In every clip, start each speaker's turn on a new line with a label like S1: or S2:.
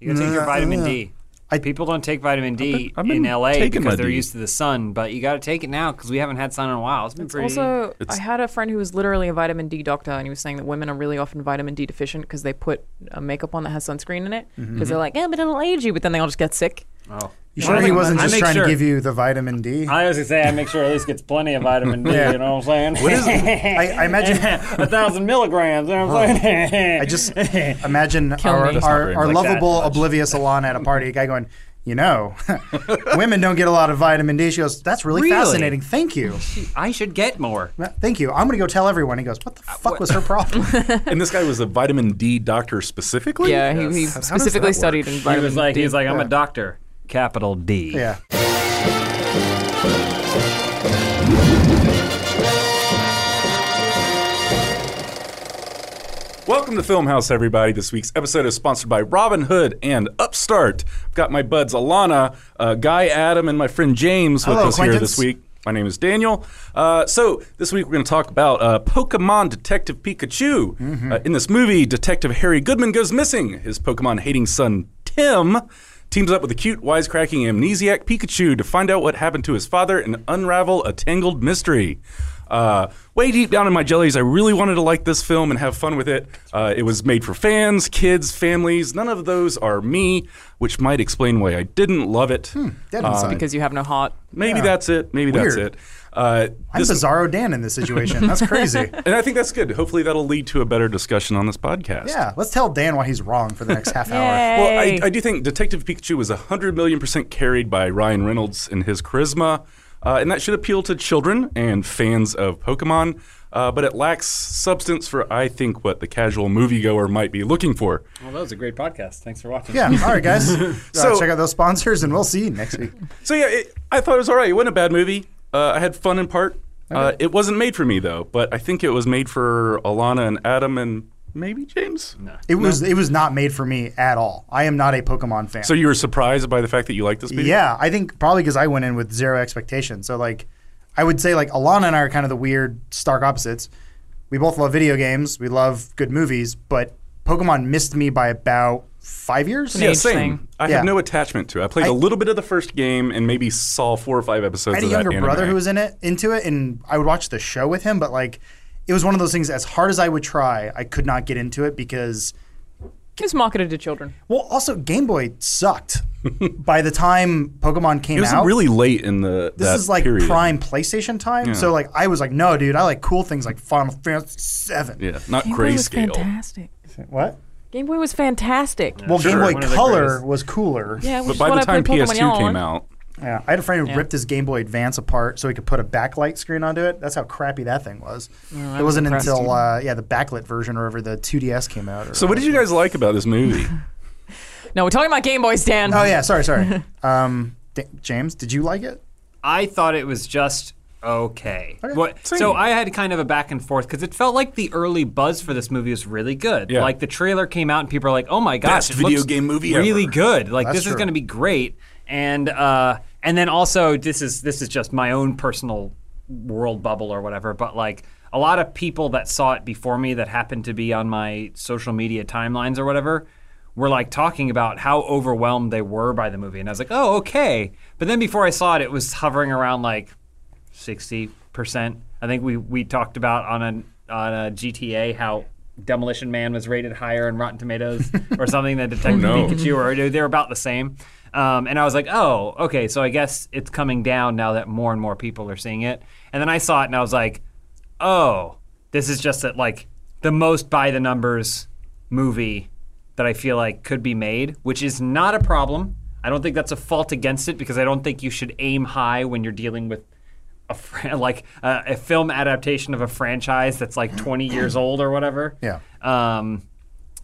S1: You gotta take your
S2: Nah,
S1: vitamin
S2: nah.
S1: D.
S2: I-
S1: People don't take vitamin D
S3: I've been
S1: in LA
S3: taking
S1: because
S3: my
S1: they're
S3: D.
S1: used to the sun, but you gotta take it now because we haven't had sun in a while. It's been
S4: It's
S1: pretty.
S4: also,
S3: It's-
S4: I had a friend who was literally a vitamin D doctor, and he was saying that women are really often vitamin D deficient because they put a makeup on that has sunscreen in it because
S3: Mm-hmm.
S4: they're like, yeah, but it'll age you, but then they all just get sick.
S1: oh.
S2: You sure he
S1: Well,
S2: wasn't
S1: I
S2: just
S1: make
S2: trying
S1: sure-
S2: to give you the vitamin D? I
S1: I was gonna say I make sure at least gets plenty of vitamin D. You know what I'm saying? What is
S2: I imagine.
S1: a thousand milligrams? You know what I'm saying?
S2: I just imagine our,
S4: me.
S2: our, our
S1: Like that
S2: lovable,
S1: much.
S2: oblivious Alana at a party. A guy going, you know, women don't get a lot of vitamin D. She goes, that's really,
S1: Really?
S2: fascinating. Thank you,
S1: I should get more.
S2: thank you. I'm going to go tell everyone. He goes, what the fuck was her problem?
S3: And this guy was a vitamin D doctor specifically?
S4: Yeah, he, he
S3: Yes. How does that
S4: specifically
S3: work?
S4: studied in
S1: He
S4: vitamin
S1: was like,
S4: D.
S1: he was like, I'm
S2: Yeah.
S1: a doctor. Capital D.
S2: yeah.
S3: Welcome to Film House, everybody. This week's episode is sponsored by Robin Hood and Upstart. I've got my buds Alana, uh, Guy Adam, and my friend James with
S2: Hello,
S3: us here
S2: acquaintance.
S3: this week. My name is Daniel. Uh, so, this week we're going to talk about uh, Pokemon Detective Pikachu. Uh, in this movie, Detective Harry Goodman goes missing. His Pokemon hating son, Tim, teams up with a cute, wisecracking amnesiac Pikachu to find out what happened to his father and unravel a tangled mystery. Uh, way deep down in my jellies, I really wanted to like this film and have fun with it. Uh, it was made for fans, kids, families. None of those are me, which might explain why I didn't love it.
S2: Dead inside.
S4: because you have no heart.
S3: Maybe that's it. Maybe that's
S2: Weird.
S3: it. Uh,
S2: I'm
S3: this,
S2: Bizarro Dan in this situation. That's crazy.
S3: and I think that's good. Hopefully, that'll lead to a better discussion on this podcast.
S2: yeah. Let's tell Dan why he's wrong for the next half hour.
S4: Yay.
S3: Well, I, I do think Detective Pikachu was 100 million percent carried by Ryan Reynolds and his charisma, uh, and that should appeal to children and fans of Pokemon, uh, but it lacks substance for, I think, what the casual moviegoer might be looking for.
S1: Well, that was a great podcast. Thanks for watching.
S2: Yeah. All right, guys. Uh,
S3: So-
S2: check out those sponsors, and we'll see you next week.
S3: So, yeah, it, I thought it was all right. It wasn't a bad movie. Uh, I had fun in part. Uh, it wasn't made for me, though, but I think it was made for Alana and Adam and maybe James.
S2: It was it was not made for me at all. I am not a Pokemon fan.
S3: So you were surprised by the fact that you liked this movie?
S2: Yeah, I think probably because I went in with zero expectation. So like, I would say like Alana and I are kind of the weird stark opposites. We both love video games. We love good movies, but Pokemon missed me by about five years.
S3: Yeah,
S4: age
S3: same.
S4: thing.
S3: I
S2: Yeah.
S3: have no attachment to it. I played a little bit of the first game and maybe saw four or five
S2: I
S3: episodes
S2: had a
S3: of that
S2: younger
S3: anime.
S2: brother who was in it into it, and I would watch the show with him. But like, it was one of those things. As hard as I would try, I could not get into it because
S4: It's marketed to children.
S2: well, also Game Boy sucked. by the time Pokemon came
S3: It was
S2: out,
S3: really late in the
S2: this
S3: that
S2: is like
S3: period.
S2: prime PlayStation time. So like I was like, no, dude, I like cool things like Final Fantasy Seven.
S3: Yeah, not
S4: Game Boy was
S3: grayscale.
S4: fantastic.
S2: What?
S4: Game Boy was fantastic. Yeah,
S2: Well,
S1: Sure.
S2: Game Boy
S1: One of the
S2: Color
S1: greatest.
S2: was cooler. Yeah.
S4: which
S3: But
S4: is
S3: by
S4: what
S3: the
S4: I
S3: time
S4: played Pokemon Yellow
S3: PS2 came
S4: on.
S3: out,
S2: I had a friend who ripped his Game Boy Advance apart so he could put a backlight screen onto it. That's how crappy that thing was. it wasn't
S4: impressed.
S2: until uh, yeah the backlit version or over the 2DS came out. or-
S3: so what did you guys like about this movie?
S4: No, we're talking about Game Boys, Dan.
S2: Oh yeah, sorry, sorry. um, D- James, did you like it?
S1: I thought it was just okay. What,
S3: same.
S1: so I had kind of a back and forth because it felt like the early buzz for this movie was really good.
S3: Yeah.
S1: Like the trailer came out and people are like, "Oh my gosh,
S3: Best
S1: it
S3: video
S1: looks
S3: game movie
S1: really
S3: ever."
S1: good! Like
S2: That's
S1: this is
S2: true.
S1: going to be great." And uh, and then also this is this is just my own personal world bubble or whatever. But like a lot of people that saw it before me that happened to be on my social media timelines or whatever were like talking about how overwhelmed they were by the movie, and I was like, "Oh, okay." But then before I saw it, it was hovering around like sixty percent. I think we we talked about on a on a GTA how Demolition Man was rated higher in Rotten Tomatoes or something than Detective
S3: no.
S1: Pikachu, or they're about the same. Um, and I was like, oh, okay, so I guess it's coming down now that more and more people are seeing it. And then I saw it and I was like, oh, this is just that like the most by the numbers movie that I feel like could be made, which is not a problem. I don't think that's a fault against it because I don't think you should aim high when you're dealing with a fran- like uh, a film adaptation of a franchise that's like 20 years old or whatever.
S2: Yeah.
S1: Um,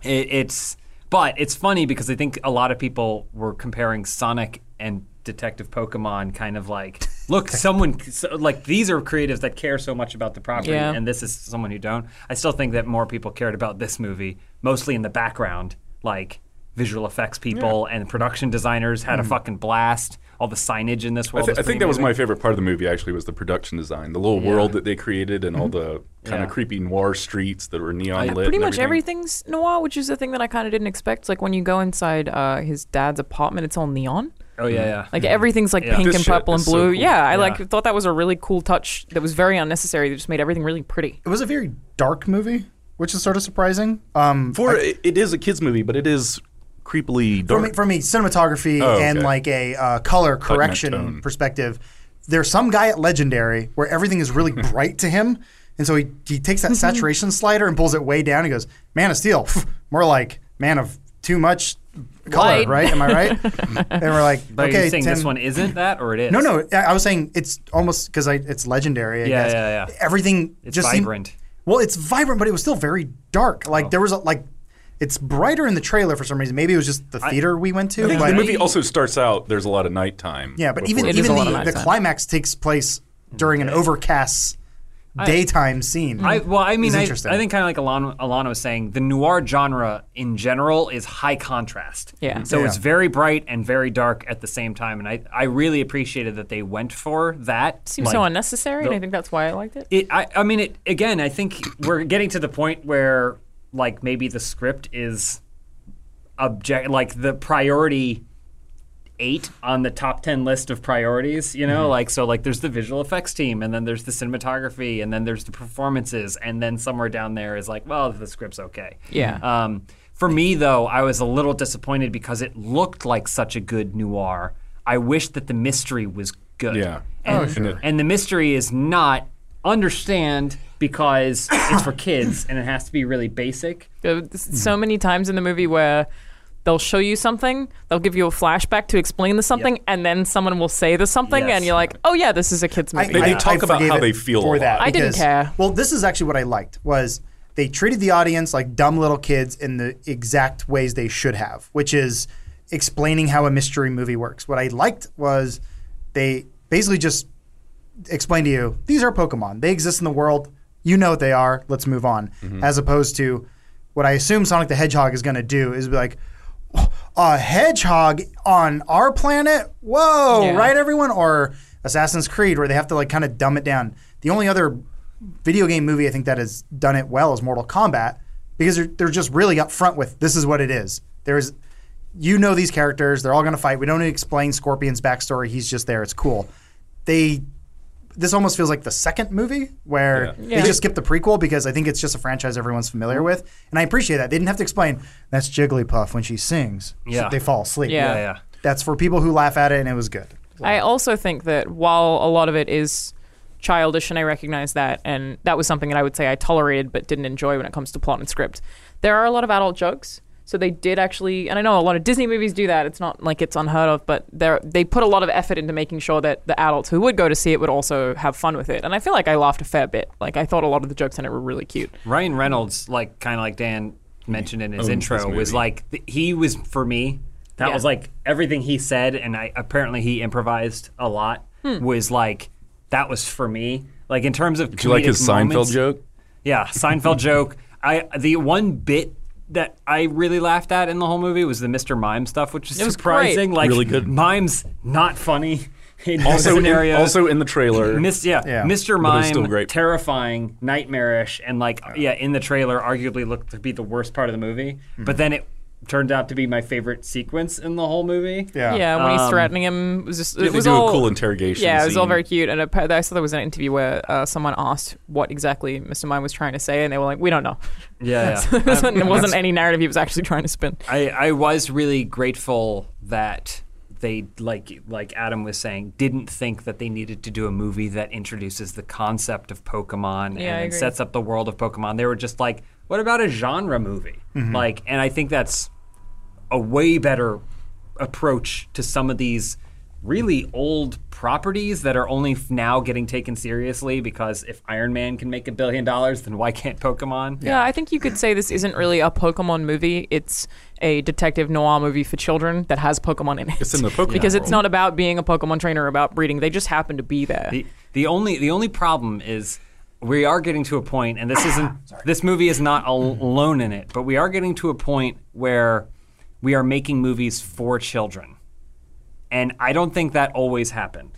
S1: it, it's but it's funny because I think a lot of people were comparing Sonic and Detective Pokemon, kind of like, look, someone so, like these are creatives that care so much about the property,
S4: Yeah.
S1: and this is someone who don't. I still think that more people cared about this movie, mostly in the background, like visual effects people and production designers had a fucking blast. All the signage in this
S3: Mm. I,
S1: world.
S3: th-
S1: is
S3: I
S1: pretty
S3: think that was
S1: amazing.
S3: my favorite part of the movie. Actually, was the production design, the little world that they created, and all the kind
S1: Yeah.
S3: of creepy noir streets that were neon lit.
S4: Mm-hmm. Pretty
S3: and
S4: much everything's noir, which is the thing that I kind of didn't expect. Like when you go inside uh, his dad's apartment, it's all neon.
S1: Oh
S3: Mm.
S1: yeah, yeah.
S4: Like everything's like
S1: Yeah.
S4: pink
S3: This
S4: and
S3: shit
S4: purple and
S3: is so
S4: blue.
S3: cool.
S4: Yeah, I
S1: Yeah.
S4: like thought that was a really cool touch that was very unnecessary. They just made everything really pretty.
S2: It was a very dark movie, which is sort of surprising. Um,
S3: For it- it is a kids movie, but it is creepily dark.
S2: from a, from a cinematography
S3: Oh,
S2: and
S3: okay.
S2: like a uh, color correction
S3: tone.
S2: perspective, there's some guy at Legendary where everything is really bright to him, and so he he takes
S1: Mm-hmm.
S2: that saturation slider and pulls it way down. He goes, "Man of Steel," more like "Man of Too Much Color,"
S4: Light.
S2: right? Am I right? and we're like,
S1: But
S2: okay,
S1: are you saying this
S2: 10
S1: one isn't that, or it is?
S2: No, no. I I was saying it's almost because it's legendary. I
S1: Yeah,
S2: guess.
S1: yeah, yeah.
S2: Everything
S1: It's
S2: just seemed-
S1: vibrant. Oh.
S2: well, it's vibrant, but it was still very dark. Like there was a, like it's brighter in the trailer for some reason. Maybe it was just the theater we went to.
S3: I think
S2: but-
S3: the movie also starts out. There's a lot of nighttime.
S2: yeah, but
S3: before
S2: even
S4: It
S3: the-
S4: is
S2: even
S4: a lot of
S2: the, the
S4: nighttime.
S2: climax takes place during an overcast daytime scene.
S1: I, well, I mean,
S2: It's
S1: I, I
S2: interesting.
S1: think kind of like Alana, Alana was saying, the noir genre in general is high contrast.
S4: Yeah.
S1: So
S2: Yeah.
S1: it's very bright and very dark at the same time, and I, I really appreciated that they went for that.
S4: Seems
S1: Like,
S4: so unnecessary, and I think that's why I liked it.
S1: It, I, I mean, it again. I think we're getting to the point where, like, maybe the script is object, like the priority eight on the top ten list of priorities. You know, like so, like there's the visual effects team, and then there's the cinematography, and then there's the performances, and then somewhere down there is like, well, the script's okay.
S4: Yeah.
S1: Um, for me, though, I was a little disappointed because it looked like such a good noir. I wish that the mystery was good.
S3: Yeah.
S1: And,
S3: Oh, sure.
S1: and the mystery is not understand because it's for kids and it has to be really basic.
S4: Uh, s- so
S3: Hmm.
S4: many times in the movie where they'll show you something, they'll give you a flashback to explain the something, and then someone will say the something,
S1: Yes.
S4: and you're like, oh yeah, this is a kids movie.
S3: They- I- they talk about
S2: forgave
S3: how
S2: it
S3: they feel
S2: for
S3: a
S2: that.
S3: lot.
S4: I didn't
S2: because-
S4: care.
S2: Well, this is actually what I liked was they treated the audience like dumb little kids in the exact ways they should have, which is explaining how a mystery movie works. What I liked was they basically just explained to you these are Pokemon. They exist in the world. You know what they are. Let's move on. As opposed to what I assume Sonic the Hedgehog is going to do is be like. A hedgehog on our planet? Whoa!
S4: Yeah.
S2: Right everyone or Assassin's Creed where they have to like kind of dumb it down. The only other video game movie I think that has done it well is Mortal Kombat because they're, they're just really upfront with this is what it is. There's you know these characters, they're all going to fight. We don't need to explain Scorpion's backstory. He's just there. It's cool. They this almost feels like the second movie where
S3: Yeah.
S4: Yeah.
S2: they just skip the prequel because I think it's just a franchise everyone's familiar with, and I appreciate that. They didn't have to explain that's Jigglypuff when she sings.
S1: Yeah.
S2: they fall asleep.
S4: Yeah.
S1: yeah.
S2: That's for people who laugh at it, and it was good.
S4: I also think that while a lot of it is childish, and I recognize that, and that was something that I would say I tolerated but didn't enjoy when it comes to plot and script, there are a lot of adult jokes. So they did actually, and I know a lot of Disney movies do that. It's not like it's unheard of, but they they put a lot of effort into making sure that the adults who would go to see it would also have fun with it. And I feel like I laughed a fair bit. Like I thought a lot of the jokes in it were really cute.
S1: Ryan Reynolds, like kind of like Dan mentioned in his
S3: owns this
S1: intro,
S3: movie.
S1: was like th- he was for me. That
S4: Yeah.
S1: was like everything he said, and I apparently he improvised a lot.
S4: Hmm.
S1: Was like that was for me. Like in terms of
S3: Do you like
S1: comedic
S3: his
S1: moments-
S3: Seinfeld joke?
S1: Yeah, Seinfeld joke. I the one bit that I really laughed at in the whole movie was the Mr. Mime stuff, which is
S4: It was
S1: surprising.
S4: great.
S1: Like
S3: Really good.
S1: Mime's not funny in most
S3: Also, in,
S1: scenarios.
S3: also in the trailer.
S1: Miss, yeah.
S2: Yeah.
S1: Mr.
S3: But it was
S1: Mime,
S3: still great.
S1: terrifying, nightmarish, and like yeah, in the trailer, arguably looked to be the worst part of the movie.
S2: Mm-hmm.
S1: But then it turned out to be my favorite sequence in the whole movie.
S2: Yeah.
S4: Yeah, when he's
S1: Um,
S4: threatening him, it was just it
S3: they
S4: was
S3: do a
S4: all
S3: cool interrogation
S4: Yeah, it was all
S3: scene.
S4: very cute. And appa- I saw there was an interview where uh, someone asked what exactly Mr. Mime was trying to say, and they were like, "We don't know."
S1: Yeah, yeah.
S4: it wasn't,
S3: Um,
S4: it wasn't any narrative he was actually trying to spin.
S1: I, I was really grateful that they like like Adam was saying didn't think that they needed to do a movie that introduces the concept of Pokemon
S4: Yeah, I
S1: and
S4: agree.
S1: sets up the world of Pokemon. They were just like, what about a genre movie? Like, and I think that's a way better approach to some of these really old properties that are only f- now getting taken seriously because if Iron Man can make a billion dollars, then why can't Pokemon?
S4: Yeah, I think you could say this isn't really a Pokemon movie. It's a detective noir movie for children that has Pokemon in it.
S3: It's in the Pokemon
S4: because it's
S3: world.
S4: not about being a Pokemon trainer or about breeding. They just happen to be there.
S1: The the only the only problem is we are getting to a point, and this isn't this movie is not al- alone in it, but we are getting to a point where we are making movies for children. And I don't think that always happened.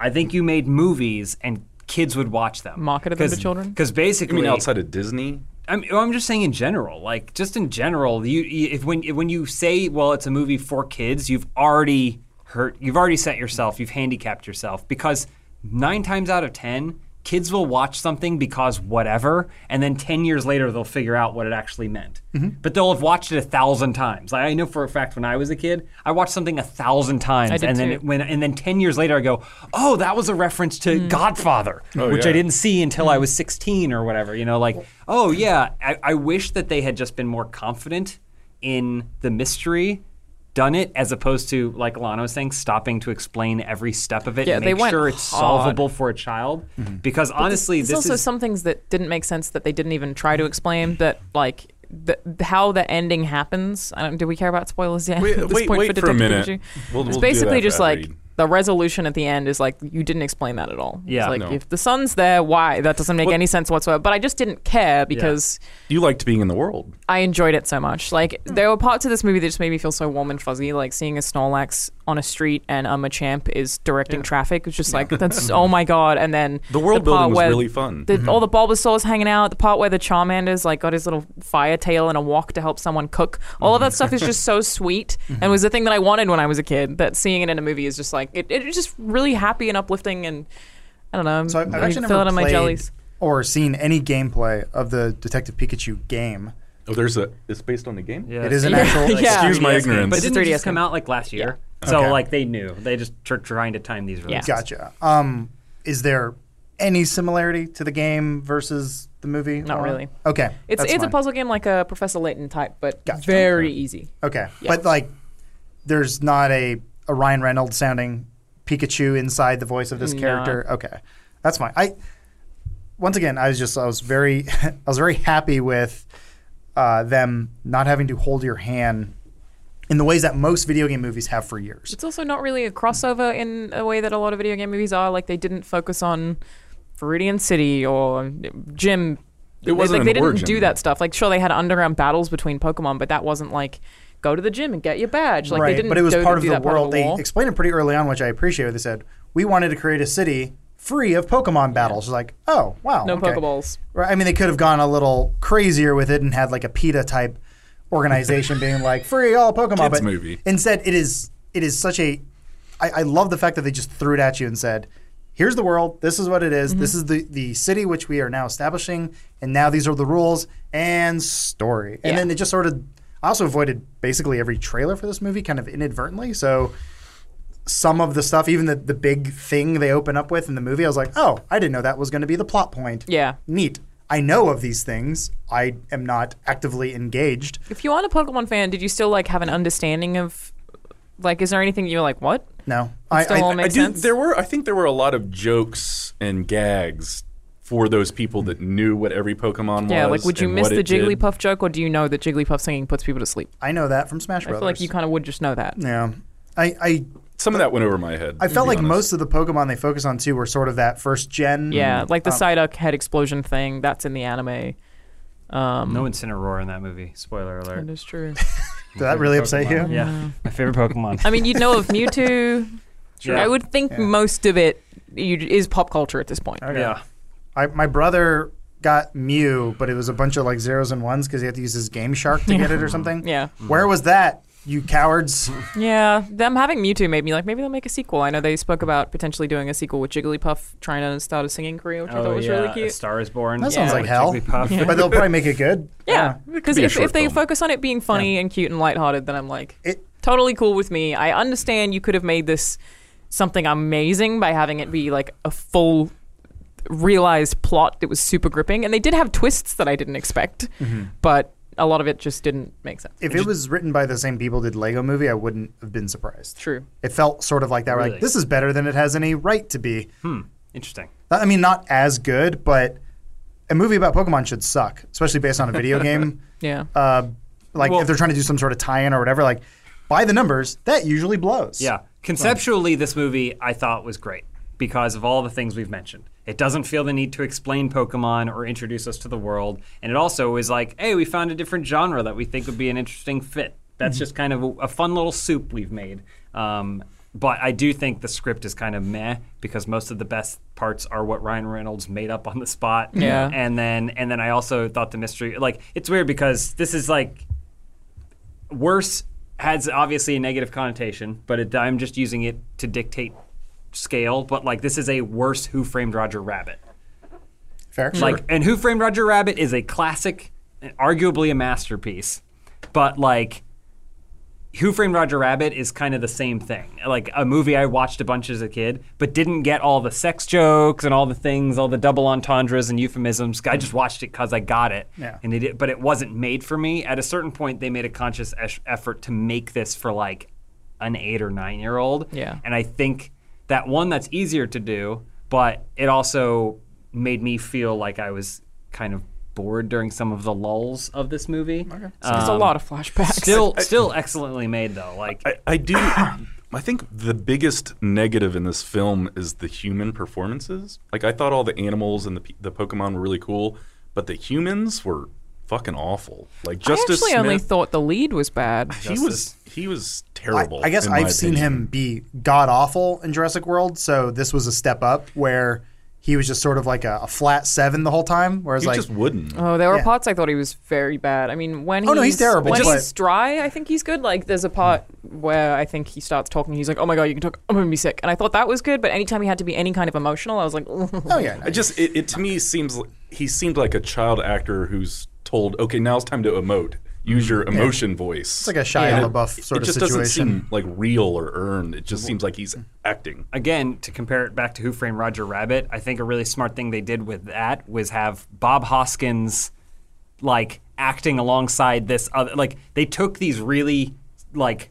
S1: I think you made movies and kids would watch them.
S4: Marketed them to children?
S1: Because
S3: I
S1: basically,
S3: mean, outside of Disney,
S1: I'm, well, I'm just saying in general, like just in general, you you- if when when you say, well, it's a movie for kids, you've already hurt, you've already set yourself, you've handicapped yourself because nine times out of ten, kids will watch something because whatever, and then ten years later they'll figure out what it actually meant.
S4: Mm-hmm.
S1: But they'll have watched it a thousand times. Like, I know for a fact when I was a kid, I watched something a thousand times,
S4: did
S1: and then
S4: too.
S1: it- when and then ten years later I go, oh, that was a reference to
S4: Mm.
S1: Godfather, which I
S3: yeah.
S1: didn't didn't see until I was 16 or whatever. You know, like, oh yeah, I, I wish that they had just been more confident in the mystery, done it as opposed to like Lana was saying, stopping to explain every step of it
S4: Yeah,
S1: and
S4: they
S1: make
S4: went
S1: sure it's
S4: hard.
S1: solvable for a child. Because honestly,
S4: There's
S1: this
S4: also
S1: is
S4: some things that didn't make sense that they didn't even try to explain. That like the, how the ending happens. I don't. Do we care about spoilers yet?
S3: Wait-
S4: at this
S3: wait-
S4: point
S3: wait
S4: for,
S3: for a
S4: Detective
S3: minute.
S4: Pikachu?
S3: We'll-
S4: it's
S3: we'll do
S4: basically
S3: that
S4: just
S3: for
S4: like
S3: Reed.
S4: the resolution at the end is like you didn't explain that at all. It's
S1: Yeah.
S4: like
S1: No.
S4: if the sun's there, why? That doesn't make
S1: Well-
S4: any sense whatsoever. But I just didn't care because.
S3: you liked being in the world.
S4: I enjoyed it so much. Like
S2: Hmm.
S4: there were parts of this movie that just made me feel so warm and fuzzy. Like seeing a Snorlax on a street and um, a champ is directing traffic. It's just like that's oh my god. And then
S3: The world
S4: part
S3: building was
S4: where
S3: really fun.
S4: The,
S2: Hmm.
S4: All the Bulbasaur's hanging out. The part where the Charmander's like got his little fire tail and a wok to help someone cook. All
S3: Hmm.
S4: of that stuff is just so sweet and was the thing that I wanted when I was a kid. That seeing it in a movie is just like it. It's just really happy and uplifting and. I don't know.
S2: So I've, I've
S4: I
S2: actually never
S4: feel Mm-hmm. it on my
S2: played
S4: jellies.
S2: or seen any gameplay of the Detective Pikachu game.
S3: Oh, there's a. It's based on the game.
S1: Yeah.
S2: It is an
S4: Yeah.
S2: actual.
S4: Yeah.
S3: Excuse my
S1: 3DS game.
S3: ignorance.
S1: But
S4: It's a
S1: didn't it
S4: 3DS
S1: just come
S4: game.
S1: out like last year? So
S2: Okay.
S1: like they knew they just tr- trying to time these releases.
S2: Gotcha. Um, is there any similarity to the game versus the movie?
S4: Not
S2: Or-
S4: really.
S2: Okay.
S4: It's
S2: that's
S4: it's a
S2: fine.
S4: puzzle game like a Professor Layton type, but
S2: Gotcha.
S4: very easy.
S2: Okay,
S4: Yeah.
S2: but like, there's not a, a Ryan Reynolds sounding Pikachu inside the voice of this
S4: Mm, No.
S2: character. Okay, that's fine. I once again, I was just I was very I was very happy with uh, them not having to hold your hand in the ways that most video game movies have for years.
S4: It's also not really a crossover in a way that a lot of video game movies are. Like they didn't focus on Viridian City or Jim. They-
S3: wasn't
S4: like
S3: an
S4: they didn't
S3: origin.
S4: do that stuff. Like sure they had underground battles between Pokemon, but that wasn't like go to the gym and get your badge. Like they
S2: right,
S4: didn't.
S2: but it was
S4: go
S2: part of
S4: do
S2: the
S4: that
S2: world. They
S4: war.
S2: explained it pretty early on, which I appreciated. They said we wanted to create a city free of Pokemon battles. It's like, oh wow,
S4: no
S2: okay.
S4: Pokeballs.
S2: Right. I mean, they could have gone a little crazier with it and had like a PETA type organization being like free all Pokemon.
S3: Kids
S2: but
S3: movie.
S2: Instead, it is it is such a. I, I love the fact that they just threw it at you and said, "Here's the world. This is what it is.
S3: Mm-hmm.
S2: This is the the city which we are now establishing, and now these are the rules and story." And
S4: Yeah.
S2: then it just sort of. I also avoided basically every trailer for this movie, kind of inadvertently. So some of the stuff, even the, the big thing they open up with in the movie, I was like, oh, I didn't know that was going to be the plot point.
S4: Yeah.
S2: Neat. I know of these things. I am not actively engaged.
S4: If you aren't a Pokemon fan, did you still like have an understanding of? Like, is there anything you're like, what?
S2: No. I,
S4: still all
S2: I,
S4: makes
S3: I do.
S4: sense.
S3: There were. I think there were a lot of jokes and gags for those people that knew what every Pokemon
S4: Yeah,
S3: was.
S4: like, would you
S3: and
S4: miss
S3: what
S4: the
S3: it did.
S4: Jigglypuff joke, or do you know that Jigglypuff singing puts people to sleep?
S2: I know that from Smash
S4: I
S2: Brothers. Mm-hmm.
S4: feel like you kind of would just know that.
S2: yeah. I, I,
S3: Some of that went over my head.
S2: I
S3: to
S2: felt
S3: be
S2: like
S3: honest.
S2: most of the Pokemon they focus on too were sort of that first gen.
S4: Yeah, like the
S2: Um,
S4: Psyduck head explosion thing. That's in the anime. Um,
S1: No Incineroar in that movie. Spoiler
S4: that
S1: alert.
S4: is true.
S2: Did that really upset you?
S1: Pokemon. Yeah, my favorite Pokemon.
S4: I mean, you'd know of Mewtwo.
S1: Sure.
S4: I would think
S2: Yeah.
S4: most of it you, is pop culture at this point.
S2: Okay.
S1: Yeah.
S2: I, my brother got Mew, but it was a bunch of like zeros and ones because he had to use his Game Shark to get it or something.
S4: Yeah,
S2: Where was that, you cowards?
S4: yeah. Them having Mewtwo made me like maybe they'll make a sequel. I know they spoke about potentially doing a sequel with Jigglypuff trying to start a singing career, which I thought was really
S1: A
S4: cute.
S1: Oh, Star is Born.
S2: That sounds
S4: Yeah.
S2: like hell.
S1: Jigglypuff.
S2: But they'll probably make it good.
S4: Yeah, because
S3: be a
S4: if,
S3: short
S4: if they
S3: film.
S4: focus on it being funny and cute and lighthearted, then I'm like,
S2: It-
S4: totally cool with me. I understand you could have made this something amazing by having it be like a full realized plot that was super gripping, and they did have twists that I didn't expect,
S3: Mm-hmm.
S4: but a lot of it just didn't make sense.
S2: If it was written by the same people did Lego Movie, I wouldn't have been surprised.
S4: True.
S2: It felt sort of like that. We're
S1: Really?
S2: Like this is better than it has any right to be.
S1: Hmm. Interesting.
S2: I mean, not as good, but a movie about Pokemon should suck, especially based on a video game.
S4: Yeah.
S2: Uh, like
S1: Well-
S2: if they're trying to do some sort of tie-in or whatever. Like by the numbers, that usually blows.
S1: Yeah. Conceptually, this movie I thought was great because of all the things we've mentioned. It doesn't feel the need to explain Pokemon or introduce us to the world. And it also is like, hey, we found a different genre that we think would be an interesting fit. That's just kind of a, a fun little soup we've made. Um, but I do think the script is kind of meh because most of the best parts are what Ryan Reynolds made up on the spot.
S4: Yeah.
S1: And then and then I also thought the mystery like it's weird because this is like worse has obviously a negative connotation, but it, I'm just using it to dictate scale. But like this is a worse Who Framed Roger Rabbit.
S2: Fair.
S1: Like, and Who Framed Roger Rabbit is a classic, and arguably a masterpiece. But like, Who Framed Roger Rabbit is kind of the same thing. Like a movie I watched a bunch as a kid, but didn't get all the sex jokes and all the things, all the double entendres and euphemisms. I just watched it because I got it.
S2: Yeah.
S1: And it, but it wasn't made for me. At a certain point, they made a conscious esh- effort to make this for like an eight or nine year old.
S4: Yeah.
S1: And I think that one that's easier to do, but it also made me feel like I was kind of bored during some of the lulls of this movie. Okay.
S3: Um,
S4: There's a lot of flashbacks.
S1: Still, still excellently made though. Like,
S3: I, I do. I think the biggest negative in this film is the human performances. Like I thought all the animals and the pe- the Pokemon were really cool, but the humans were fucking awful. Like
S4: I
S3: Justice
S4: actually only
S3: Smith,
S4: thought the lead was bad.
S3: he was he was
S2: I,
S3: terrible.
S2: I guess
S3: in my
S2: I've seen
S3: opinion.
S2: him be god awful in Jurassic World, so this was a step up where he was just sort of like a, a flat seven the whole time. Whereas
S3: He
S2: like
S3: just wouldn't.
S4: Oh, there were
S2: Yeah.
S4: parts I thought he was very bad. I mean, when
S2: Oh,
S4: he's,
S2: no, he's terrible,
S4: When
S2: but-
S4: he's dry, I think he's good. Like, there's a part where I think he starts talking. He's like, "Oh my god, you can talk. I'm gonna be sick," and I thought that was good. But anytime he had to be any kind of emotional, I was like,
S2: oh yeah,
S3: I just it, it to me seems like, he seemed like a child actor who's told, okay, now it's time to emote. Use your emotion voice.
S2: Mm-hmm. it's like a Shia
S3: And it-
S2: LaBeouf sort
S3: it
S2: of
S3: just
S2: situation. Mm-hmm.
S3: doesn't seem like real or earned. It just seems like he's acting.
S1: again, to compare it back to Who Framed Roger Rabbit, I think a really smart thing they did with that was have Bob Hoskins like acting alongside this other like they took these really like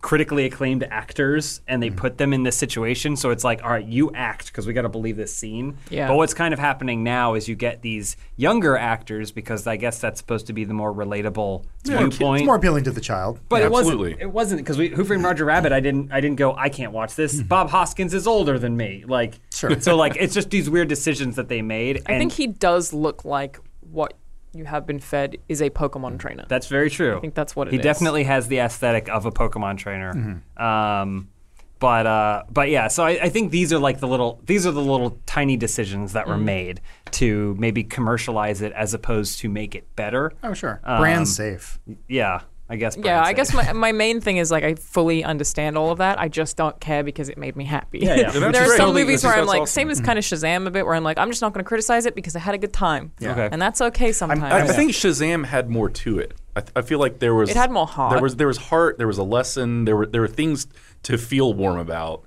S1: critically acclaimed actors and they put them in this situation so it's like all right you act because we got to believe this scene
S4: Yeah.
S1: but what's kind of happening now is you get these younger actors because i guess that's supposed to be the more relatable viewpoint
S2: it's more appealing to the child.
S1: but
S3: Yeah,
S1: it wasn't.
S3: absolutely.
S1: It wasn't because we Who Framed Roger Rabbit. I didn't. I didn't go. I can't watch this.
S3: Mm-hmm.
S1: Bob Hoskins is older than me. Like
S2: Sure.
S1: So like it's just these weird decisions that they made.
S4: "I think he does look like what you have been fed is a
S2: Mm,
S4: Pokemon trainer."
S1: That's very true. I
S4: think that's what it
S1: he
S4: is.
S1: definitely has the aesthetic of a Pokemon trainer.
S3: Mm-hmm.
S1: Um, but uh, but yeah. So I, I think these are like the little these are the little tiny decisions that
S4: Mm-hmm.
S1: were made to maybe commercialize it as opposed to make it better.
S2: Oh sure,
S1: Um,
S2: brand safe.
S1: Yeah. I guess.
S4: yeah,
S1: Brian's
S4: I
S1: it.
S4: guess my, my main thing is like I fully understand all of that. I just don't care because it made me happy.
S1: Yeah, yeah.
S3: that's
S4: there are
S3: great.
S4: some
S3: Totally,
S4: movies
S3: I think
S4: where I'm
S3: that's
S4: like,
S3: awesome. Mm.
S4: same as kind of Shazam a bit, where I'm like, I'm just not going to criticize it because I had a good time.
S2: Yeah.
S1: Okay.
S4: and that's okay sometimes.
S3: I, I think Shazam had more to it. I, th- I feel like there was
S4: It had more heart.
S3: There was there was heart. There was a lesson. There were there were things to feel warm about.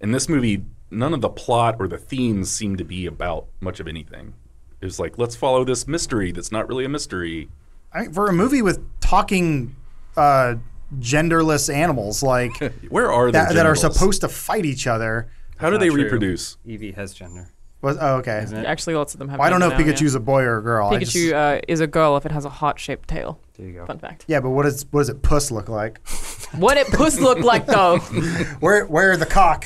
S3: In this movie, none of the plot or the themes seemed to be about much of anything. It was like let's follow this mystery that's not really a mystery.
S2: I mean, for a movie with talking uh, genderless animals like that,
S3: Where are the
S2: that are
S3: generals?
S2: supposed to fight each other.
S3: How do
S1: Not
S3: they
S1: true.
S3: reproduce?
S1: Evie has gender.
S2: Was, oh okay.
S4: Actually, lots of them have.
S2: Well, I don't know if
S4: gender now, yeah.
S2: Pikachu's a boy or a girl. I
S4: Pikachu
S2: just-
S4: uh, is a girl if it has a heart-shaped tail.
S1: There you go.
S4: Fun fact.
S2: yeah, but what is what does it puss look like?
S4: What it puss look like though?
S2: Where where the cock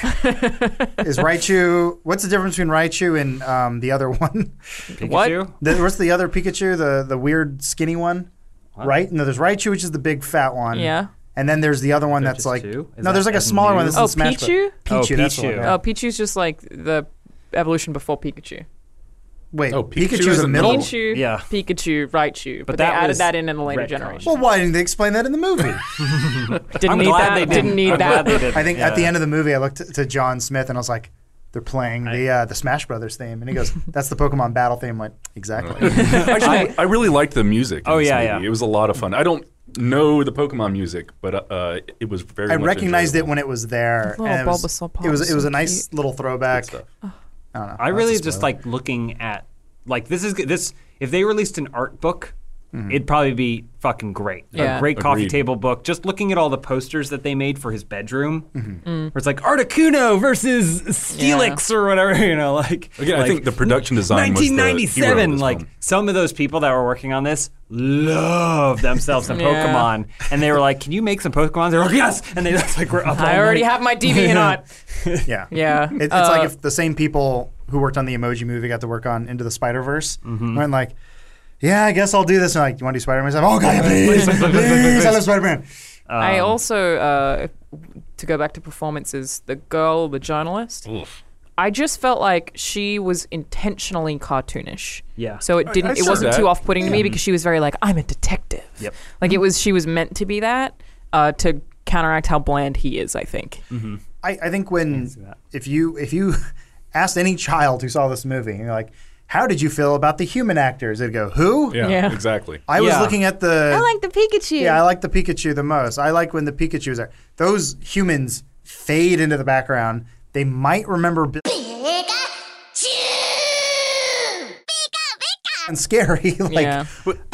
S2: is Raichu? What's the difference between Raichu and um, the other one?
S4: What?
S1: Pikachu?
S2: The, what's the other Pikachu? The the weird skinny one, right? No, there's Raichu, which is the big fat one.
S4: Yeah.
S2: And then there's the other one that's
S1: just
S2: like
S1: two? Is
S2: no, there's
S1: that
S2: like a
S1: as
S2: smaller one
S1: new?
S2: that's
S4: Oh,
S2: in Smash. but-
S4: Pichu?
S1: Oh,
S2: Pichu, that's the one,
S1: Pichu.
S2: yeah.
S4: Oh, Pichu's just like the evolution before Pikachu.
S2: Wait,
S3: Oh, Pikachu
S2: Pikachu's
S3: is
S2: a
S3: in
S2: middle.
S3: middle?
S4: Pichu,
S1: Yeah.
S4: Pikachu, Raichu. But,
S1: But
S4: they
S1: that
S4: added
S1: was
S4: that in in a later
S1: retcon.
S4: generation.
S2: Well, why didn't they explain that in the movie?
S4: didn't
S1: I'm
S4: need
S1: glad
S4: that.
S1: they
S4: didn't need
S1: I'm
S4: that.
S1: glad they didn't.
S2: I think at the
S1: Yeah.
S2: end of the movie, I looked t- to John Smith and I was like, "They're playing the uh, the Smash Brothers theme," and he goes, "That's the Pokemon battle theme." I went exactly.
S3: Actually, I really liked the music. in
S1: Oh,
S3: this
S1: yeah,
S3: movie.
S1: yeah.
S3: It was a lot of fun. I don't know the Pokemon music, but uh, it was very.
S2: I
S3: much
S2: recognized
S3: enjoyable.
S2: it when it was there.
S4: Little
S2: and it, was,
S4: Bulbasaur
S2: it was
S4: pops
S2: it was
S4: so
S2: a nice little throwback. I don't know.
S1: I
S2: That's
S1: really
S2: a
S1: just
S2: spoiler.
S1: like looking at like this is g- this if they released an art book,
S2: Mm-hmm.
S1: it'd probably be fucking great.
S4: Yeah.
S1: A great coffee
S3: Agreed.
S1: table book. Just looking at all the posters that they made for his bedroom,
S2: Mm-hmm.
S4: Mm.
S1: where it's like Articuno versus Steelix or whatever, you know, like
S3: Again, I
S1: like
S3: think the production design. was the hero of this
S1: 1997. Like
S3: film.
S1: some of those people that were working on this love themselves some
S4: Yeah.
S1: Pokemon, and they were like, "Can you make some Pokemon?" They're like, "Yes!" And they that's like we're up.
S4: I
S1: all
S4: already
S1: night.
S4: have my DeviantArt.
S2: yeah.
S4: yeah.
S2: It, it's
S4: Uh,
S2: like if the same people who worked on the Emoji Movie got to work on Into the Spider Verse, went like, yeah, I guess I'll do this. And I'm like, you want to do Spider Man? Oh, God, yeah, please, please, I love Spider Man.
S4: I
S1: um,
S4: also, uh, to go back to performances, the girl, the journalist, I just felt like she was intentionally cartoonish.
S1: Yeah.
S4: So it
S3: I
S4: didn't. it
S3: saw
S4: wasn't
S3: that.
S4: too off-putting to me because she was very like, "I'm a detective."
S1: Yep.
S4: Like it was. She was meant to be that uh, to counteract how bland he is. I think.
S3: Mm-hmm.
S2: I, I think when
S1: that.
S2: if you if you asked any child who saw this movie, and you're like, how did you feel about the human actors? They'd go, who?
S3: Yeah,
S4: Yeah.
S3: exactly.
S2: I was
S1: Yeah.
S2: looking at the.
S4: the Pikachu.
S2: Yeah, I like the Pikachu the most. I like when the Pikachu's there. Those humans fade into the background. They might remember Bill
S5: ピカチュウ
S2: and Scary. like,
S4: Yeah.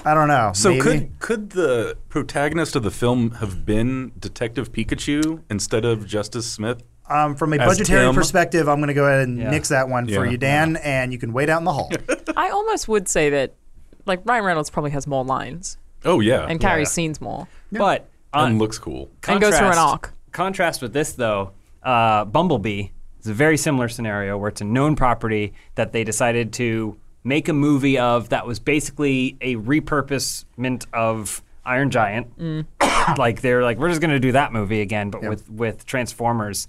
S2: I don't know.
S3: So
S2: maybe.
S3: could could the protagonist of the film have been Detective Pikachu instead of Justice Smith?
S2: um, from a
S3: as
S2: budgetary
S3: Tim-
S2: perspective, I'm going to go ahead and
S1: Yeah.
S2: nix that one for
S3: Yeah.
S2: you, Dan, and you can wait out in the hall.
S4: I almost would say that, like Ryan Reynolds probably has more lines
S3: Oh yeah,
S4: and carries scenes more.
S1: But uh,
S3: and looks cool.
S4: and goes through an arc.
S1: Contrast with this, though, uh, Bumblebee is a very similar scenario where it's a known property that they decided to make a movie of that was basically a repurposement of Iron Giant.
S4: Mm.
S1: like they're like, we're just going to do that movie again, but with with Transformers.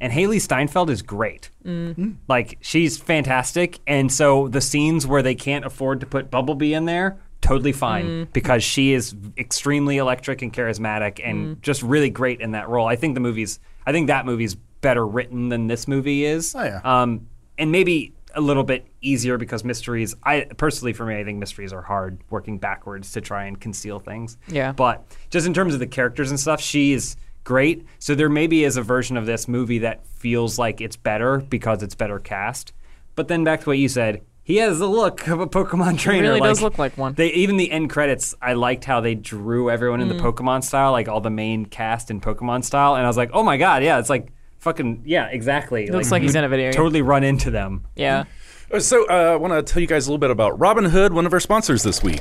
S1: And Haley Steinfeld is great.
S2: Mm.
S1: Like she's fantastic, and so the scenes where they can't afford to put Bumblebee in there, totally fine because she is extremely electric and charismatic and just really great in that role. I think the movie's, I think that movie's better written than this movie is.
S2: Oh, yeah.
S1: Um, and maybe a little bit easier because mysteries. I personally, for me, I think mysteries are hard working backwards to try and conceal things.
S4: Yeah.
S1: But just in terms of the characters and stuff, she is great. So there maybe is a version of this movie that feels like it's better because it's better cast. But then back to what you said, he has the look of a Pokemon trainer.
S4: really does look like one.
S1: They even the end credits, I liked how they drew everyone in the
S4: Mm.
S1: Pokemon style, like all the main cast in Pokemon style, and I was like, oh my god, yeah, it's like fucking yeah, exactly.
S4: looks like he's
S1: you
S4: in a video game.
S1: Totally run into them.
S4: Yeah.
S3: Uh, So, uh, I want to tell you guys a little bit about Robinhood, one of our sponsors this week.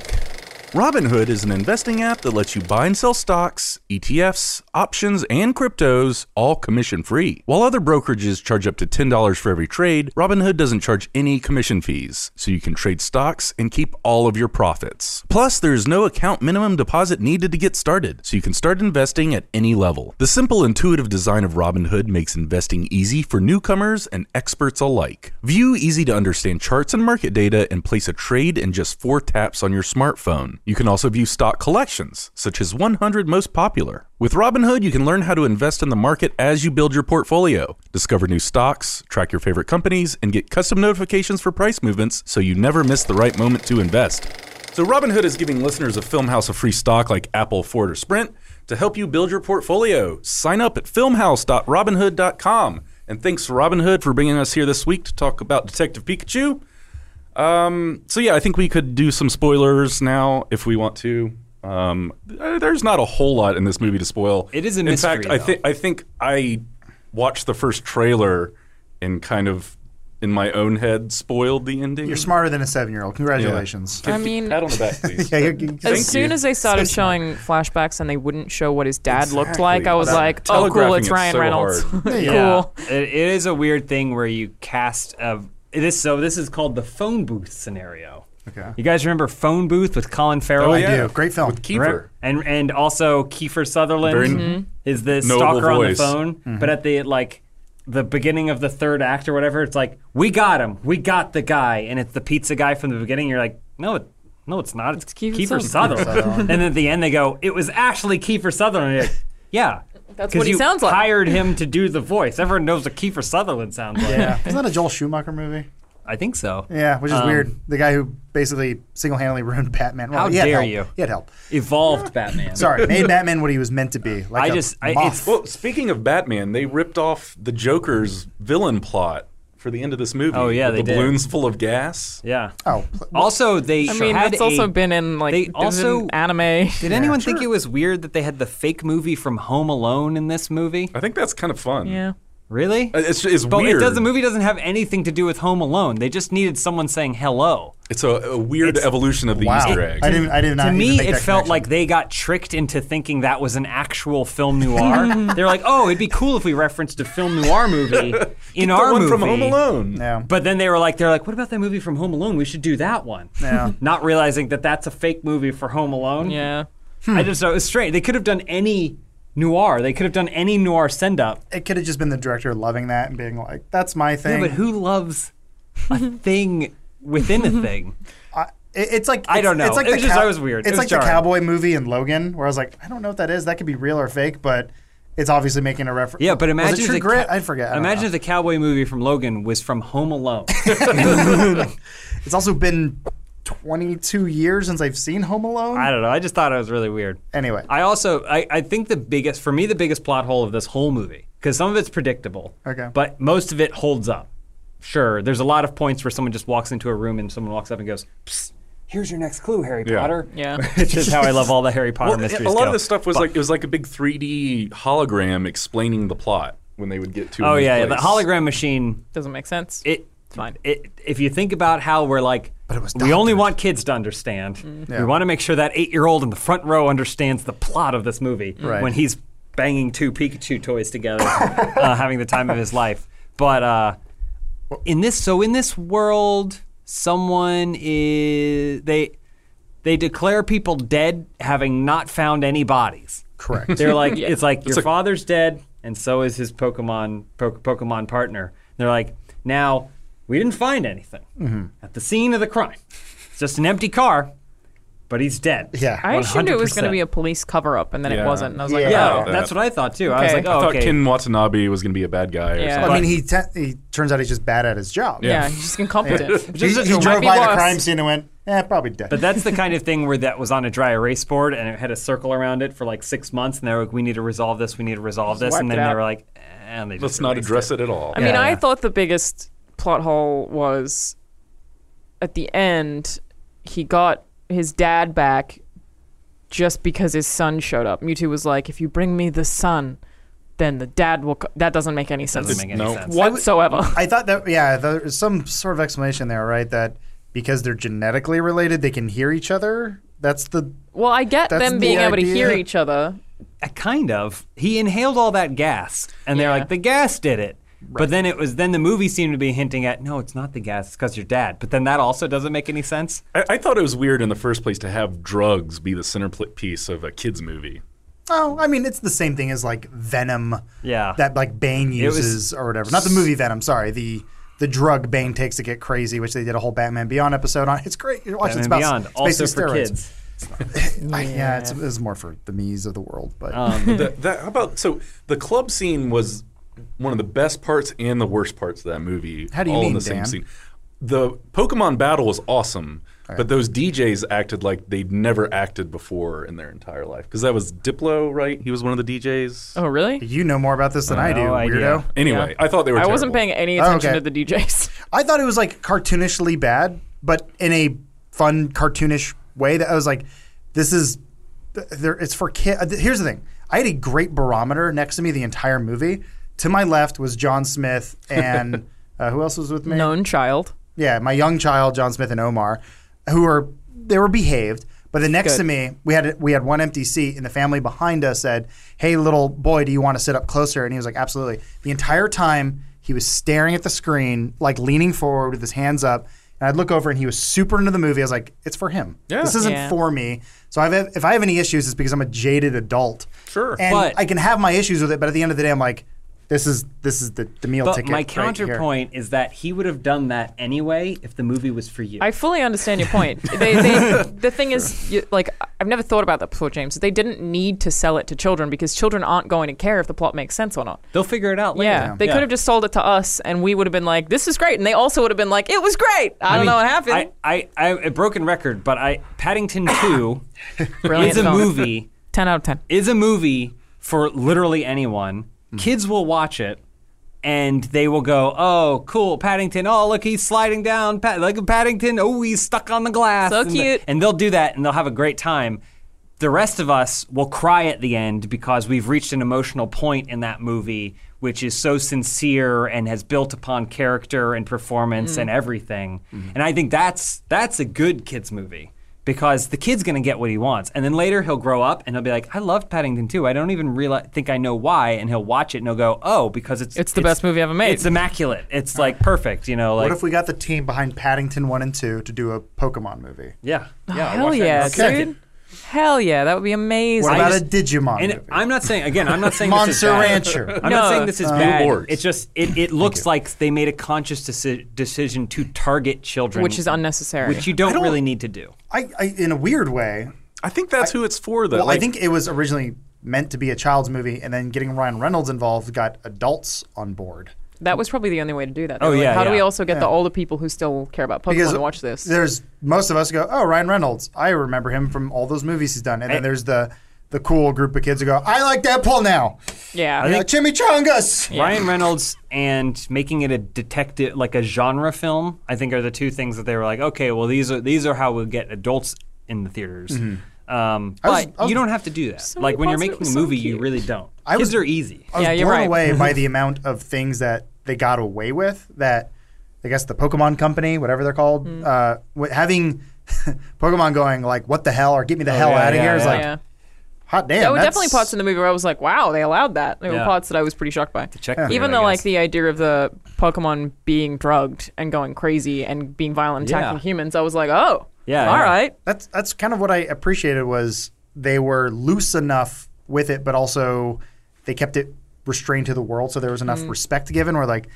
S3: Robinhood is an investing app that lets you buy and sell stocks, ETFs, options, and cryptos, all commission free. While other brokerages charge up to $10 for every trade, Robinhood doesn't charge any commission fees, so you can trade stocks and keep all of your profits. Plus, there is no account minimum deposit needed to get started, so you can start investing at any level. The simple, intuitive design of Robinhood makes investing easy for newcomers and experts alike. View easy to understand charts and market data and place a trade in just four taps on your smartphone. You can also view stock collections, such as 100 most popular. With Robinhood, you can learn how to invest in the market as you build your portfolio, discover new stocks, track your favorite companies, and get custom notifications for price movements so you never miss the right moment to invest. So Robinhood is giving listeners of Filmhouse a free stock like Apple, Ford, or Sprint to help you build your portfolio. Sign up at filmhouse.robinhood.com. And thanks to Robinhood for bringing us here this week to talk about Detective Pikachu. Um, so yeah, I think we could do some spoilers now if we want to. Um, th- there's not a whole lot in this movie to spoil.
S1: It is a
S3: in
S1: mystery,
S3: fact. I
S1: though.
S3: think I think I watched the first trailer and kind of in my own head spoiled the ending.
S2: You're smarter than a seven year old. Congratulations.
S4: I mean,
S3: pat on the back, please.
S2: Yeah, you're- you're-
S3: Thank
S4: as soon
S3: you.
S4: as they started showing flashbacks and they wouldn't show what his dad looked
S3: Exactly.
S4: like, I was
S3: That-
S4: like, oh, cool,
S3: telegraphing
S4: it's
S3: it
S4: Ryan
S3: so
S4: Reynolds.
S3: hard.
S1: Yeah.
S4: Cool.
S1: It, it is a weird thing where you cast a. It is so. This is called the phone booth scenario.
S2: Okay.
S1: You guys remember Phone Booth with Colin Farrell?
S3: Oh,
S2: I
S3: yeah.
S2: do. Great film.
S3: Kiefer.
S1: And and also Kiefer Sutherland
S3: Very
S4: Mm-hmm.
S1: is the
S3: noble
S1: stalker on the
S3: voice. Mm-hmm.
S1: phone. But at the like the beginning of the third act or whatever, it's like we got him, we got the guy, and it's the pizza guy from the beginning. You're like, no, it, no, it's not. It's,
S4: Kiefer
S1: Kiefer
S4: Sutherland.
S1: Sutherland. and then at the end, they go, it was actually Kiefer Sutherland. You're like, yeah,
S4: That's
S1: 'cause
S4: what he
S1: you
S4: sounds like."
S1: Hired him to do the voice. Everyone knows what Kiefer Sutherland sounds like.
S2: Yeah. Isn't that a Joel Schumacher movie?
S1: I think so.
S2: Yeah, which is
S1: Um,
S2: weird. The guy who basically single handedly ruined Batman. Well,
S1: How
S2: he had
S1: dare
S2: help.
S1: you.
S2: He had help.
S1: Evolved Batman.
S2: Sorry, made Batman what he was meant to be. Like
S1: I
S2: a
S1: just- I-
S2: moth.
S1: it's-
S3: Well, speaking of Batman, they ripped off the Joker's villain plot for the end of this movie.
S1: Oh, yeah,
S3: with
S1: they
S3: the
S1: did.
S3: balloons full of gas.
S1: Yeah.
S2: oh, pl-
S1: Also, they
S4: I mean,
S1: had
S4: that's also
S1: a-
S4: been in like
S1: they
S4: it was
S1: also-
S4: in anime.
S1: Did anyone think it was weird that they had the fake movie from Home Alone in this movie?
S3: I think that's kind of fun.
S4: yeah.
S1: Really?
S3: Uh, It's, it's
S1: but
S3: weird.
S1: it does, the movie doesn't have anything to do with Home Alone. They just needed someone saying hello.
S3: It's a, a weird
S1: It's-
S3: evolution of the
S2: Wow.
S3: Easter egg.
S2: I didn't. I did not.
S1: to
S2: even
S1: me,
S2: make
S1: it
S2: that
S1: felt
S2: connection.
S1: like they got tricked into thinking that was an actual film noir. They're like, "Oh, it'd be cool if we referenced a film noir movie in
S3: the
S1: our
S3: one
S1: movie
S3: from Home Alone.
S2: Yeah.
S1: But then they were like, "They're like, what about that movie from Home Alone? We should do that one."
S2: Yeah.
S1: Not realizing that that's a fake movie for Home Alone.
S4: Yeah.
S2: Hmm.
S1: I just thought it was strange. They could have done any noir. They could have done any noir send up.
S2: it could have just been the director loving that and being like, "That's my
S1: Yeah,
S2: thing."
S1: but who loves a thing within a thing?
S2: I, it- it's like
S1: I
S2: it's-
S1: don't know.
S2: It's like
S1: It
S2: the
S1: was just- that was weird. It
S2: It's
S1: was
S2: like
S1: jarring.
S2: the cowboy movie in Logan, where I was like, "I don't know what that is. That could be real or fake, but it's obviously making a reference."
S1: Yeah, but imagine
S2: was it
S1: if
S2: True
S1: the
S2: Grit.
S1: ca-
S2: I forget. I don't
S1: imagine
S2: know.
S1: if the cowboy movie from Logan was from Home Alone.
S2: It's also been 22 years since I've seen Home Alone.
S1: I don't know. I just thought it was really weird.
S2: anyway,
S1: I also I, I think the biggest for me the biggest plot hole of this whole movie because some of it's predictable.
S2: Okay.
S1: But most of it holds up. Sure, there's a lot of points where someone just walks into a room and someone walks up and goes, Psst, "Here's your next clue, Harry
S3: Yeah.
S1: Potter."
S4: Yeah.
S1: Which is how I love all the Harry Potter
S3: Well,
S1: mysteries.
S3: a lot
S1: go.
S3: of this stuff was like it was like a big 3D hologram explaining the plot when they would get to.
S1: Oh
S3: a new
S1: yeah, yeah, the
S3: place.
S1: hologram machine.
S4: Doesn't make sense.
S1: It
S4: fine.
S1: It, if you think about how we're like,
S2: But it was
S1: we only
S2: doctored.
S1: want kids to understand.
S3: Mm.
S2: Yeah.
S1: We want to make sure that eight-year-old in the front row understands the plot of this movie
S2: Right.
S1: when he's banging two Pikachu toys together, uh, having the time of his life. But uh, in this, so in this world, someone is they they declare people dead, having not found any bodies.
S2: correct.
S1: They're like, it's like your
S3: like-
S1: father's dead, and so is his Pokemon po- Pokemon partner. And they're like, now we didn't find anything at the scene of the crime. It's just an empty car, but he's dead.
S2: Yeah.
S4: I assumed it was going to
S1: 100%.
S4: be a police cover up, and then
S3: Yeah.
S4: it wasn't. And I was like,
S2: Yeah.
S4: oh.
S1: Yeah, that's what I thought too. I was
S4: Okay.
S1: like,
S4: I
S1: oh,
S3: I thought
S1: okay.
S3: Ken Watanabe was going to be a bad guy. Or
S4: Yeah.
S3: something.
S2: Well, I mean, he, te- he turns out he's just bad at his job.
S4: Yeah, he's just incompetent.
S2: He,
S1: Just-
S2: he
S1: it
S4: might
S2: drove
S4: be
S2: by the
S4: worse.
S2: crime scene and went, "Eh, probably dead."
S1: but that's the kind of thing where that was on a dry erase board and it had a circle around it for like six months, and they were like, we need to resolve this, we need to resolve this, and
S4: wiped
S1: then
S4: it
S1: they
S4: out.
S1: were like, eh, and they just
S3: let's not
S1: erased
S3: address it at all.
S4: I mean,
S1: Yeah.
S4: I thought the biggest plot hole was at the end, he got his dad back just because his son showed up. Mewtwo was like, if you bring me the son, then the dad will. Co-. That doesn't make any sense
S1: Doesn't make any
S3: No.
S1: sense.
S4: whatsoever.
S2: I thought that yeah, there's some sort of explanation there, right? That because they're genetically related, they can hear each other. That's the
S4: well, I get
S2: That's
S4: them being
S2: the
S4: able to
S2: idea.
S4: hear each other.
S1: Uh, kind of. He inhaled all that gas, and they're
S4: Yeah.
S1: like, the gas did it. But then it was then the movie seemed to be hinting at no, it's not the gas, it's because your dad. But then that also doesn't make any sense.
S3: I, I thought it was weird in the first place to have drugs be the centerpiece of a kids movie.
S2: oh, I mean, it's the same thing as like Venom.
S1: Yeah.
S2: that like Bane
S1: was-
S2: uses or whatever. Not the movie Venom. Sorry, the the drug Bane takes to get crazy, which they did a whole Batman Beyond episode on. It's great. You watch
S1: Batman
S2: it, it's about
S1: Beyond,
S2: it's
S1: also
S2: basically
S1: for
S2: steroids.
S1: kids.
S2: I- yeah, it's, it's more for the me's of the world, but
S1: Um,
S3: The- that- how about so the club scene was one of the best parts and the worst parts of that movie.
S2: How do you
S3: all in
S2: mean,
S3: the same
S2: Dan?
S3: scene? The Pokemon battle was awesome, but those DJs acted like they'd never acted before in their entire life. Because that was Diplo, right? He was one of the DJs.
S4: Oh, really?
S2: you know more about this than I do,
S1: no idea.
S2: weirdo.
S3: Anyway, I thought they were.
S4: I wasn't
S3: terrible.
S4: paying any attention
S2: okay.
S4: to the DJs.
S2: I thought it was like cartoonishly bad, but in a fun cartoonish way. That I was like, this is, th- there. It's for kids. Here's the thing. I had a great barometer next to me the entire movie. To my left was John Smith and uh, who else was with me?
S4: Known child.
S2: Yeah, my young child, John Smith and Omar, who were they were behaved. But then next
S4: Good.
S2: to me, we had we had one empty seat, and the family behind us said, "Hey, little boy, do you want to sit up closer?" And he was like, "Absolutely." The entire time he was staring at the screen, like leaning forward with his hands up. And I'd look over, and he was super into the movie. I was like, "It's for him.
S3: Yeah.
S2: This isn't
S4: Yeah.
S2: for me." So I've, if I have any issues, it's because I'm a jaded adult.
S3: Sure.
S2: and
S1: But-
S2: I can have my issues with it. But at the end of the day, I'm like, "This is this is the, the meal
S1: But
S2: ticket."
S1: my
S2: right here.
S1: counterpoint is that he would have done that anyway if the movie was for you.
S4: I fully understand your point. they, they, the thing is, you, like, I've never thought about that before, James. They didn't need to sell it to children because children aren't going to care if the plot makes sense or not.
S1: They'll figure it out later.
S4: Yeah, they could have just sold it to us, and we would have been like, "This is great," and they also would have been like, "It was great." I,
S1: mean,
S4: don't know what happened.
S1: I, I, I a broken record, but I Paddington Two
S4: Brilliant
S1: is a
S4: film.
S1: movie
S4: Ten out of ten.
S1: is a movie for literally anyone. Kids will watch it and they will go, "Oh, cool, Paddington! Oh, look, he's sliding down. Pa- look at Paddington! Oh, he's stuck on the glass.
S4: So
S1: and
S4: cute.
S1: and they'll do that and they'll have a great time. the rest of us will cry at the end because we've reached an emotional point in that movie which is so sincere and has built upon character and performance and everything. And I think that's that's a good kids movie because the kid's going to get what he wants. And then later he'll grow up and he'll be like, "I loved Paddington too. I don't even realize think I know why." And he'll watch it and he'll go, "Oh, because it's
S4: It's the best movie ever made."
S1: It's immaculate. It's like perfect, you know, like
S2: what if we got the team behind Paddington one and two to do a Pokemon movie?
S1: yeah. Yeah.
S4: Oh, Hell
S1: watch that
S4: yeah,
S1: in a second.
S4: dude. Hell yeah, that would be amazing.
S2: What
S1: I
S2: about
S1: just-
S2: a Digimon
S1: And
S2: movie?
S1: I'm not saying again. I'm not saying this is
S2: Monster
S1: bad.
S2: Rancher.
S1: I'm not
S4: No.
S1: saying this is bad.
S3: Lords.
S1: It's just it, it looks like they made a conscious deci- decision to target children,
S4: Which is unnecessary.
S1: which you don't,
S2: don't-
S1: really need to do.
S2: I, I, in a weird way,
S3: I think that's who it's for, though.
S2: well, I
S3: Like,
S2: think it was originally meant to be a child's movie, and then getting Ryan Reynolds involved got adults on board.
S4: that was probably the only way to do that. They
S1: Oh,
S4: were like,
S1: yeah,
S4: How do
S1: yeah.
S4: we also get the older people who still care about Pokemon to watch this?
S2: There's most of us go, oh Ryan Reynolds, I remember him from all those movies he's done, and then there's the the cool group of kids who go, I like Deadpool now,
S4: Yeah.
S2: I like Chimichangas.
S1: Ryan Reynolds and making it a detective, like a genre film, I think are the two things that they were like, okay, well these are these are how we get adults in the theaters. Um, but
S2: was- Mm-hmm. I was-
S1: you don't have to do that.
S4: So
S1: like when you're
S4: positive,
S1: making a
S4: so
S1: movie, you
S4: cute.
S1: really don't.
S2: I
S1: Kids
S2: was-
S1: are easy.
S2: I was
S4: Yeah, you're
S2: blown
S4: right.
S2: away by the amount of things that they got away with. That I guess the Pokemon Company, whatever they're called,
S4: Mm.
S2: uh, w- having Pokemon going like, "What the hell?" or "Get me the hell
S1: yeah,
S2: out of
S1: yeah,
S2: here" is
S1: yeah.
S2: like,
S4: Oh, yeah.
S2: hot damn.
S4: There were
S2: that's-
S4: definitely parts in the movie where I was like, wow, they allowed that. There
S1: Yeah.
S4: were parts that I was pretty shocked by.
S1: check period,
S4: Even
S1: I
S4: though, like,
S1: guess.
S4: the idea of the Pokemon being drugged and going crazy and being violent and attacking
S1: Yeah.
S4: humans, I was like, oh,
S1: Yeah,
S4: all
S1: yeah.
S4: right.
S2: That's that's kind of what I appreciated was they were loose enough with it, but also they kept it restrained to the world, so there was enough respect given. Where like,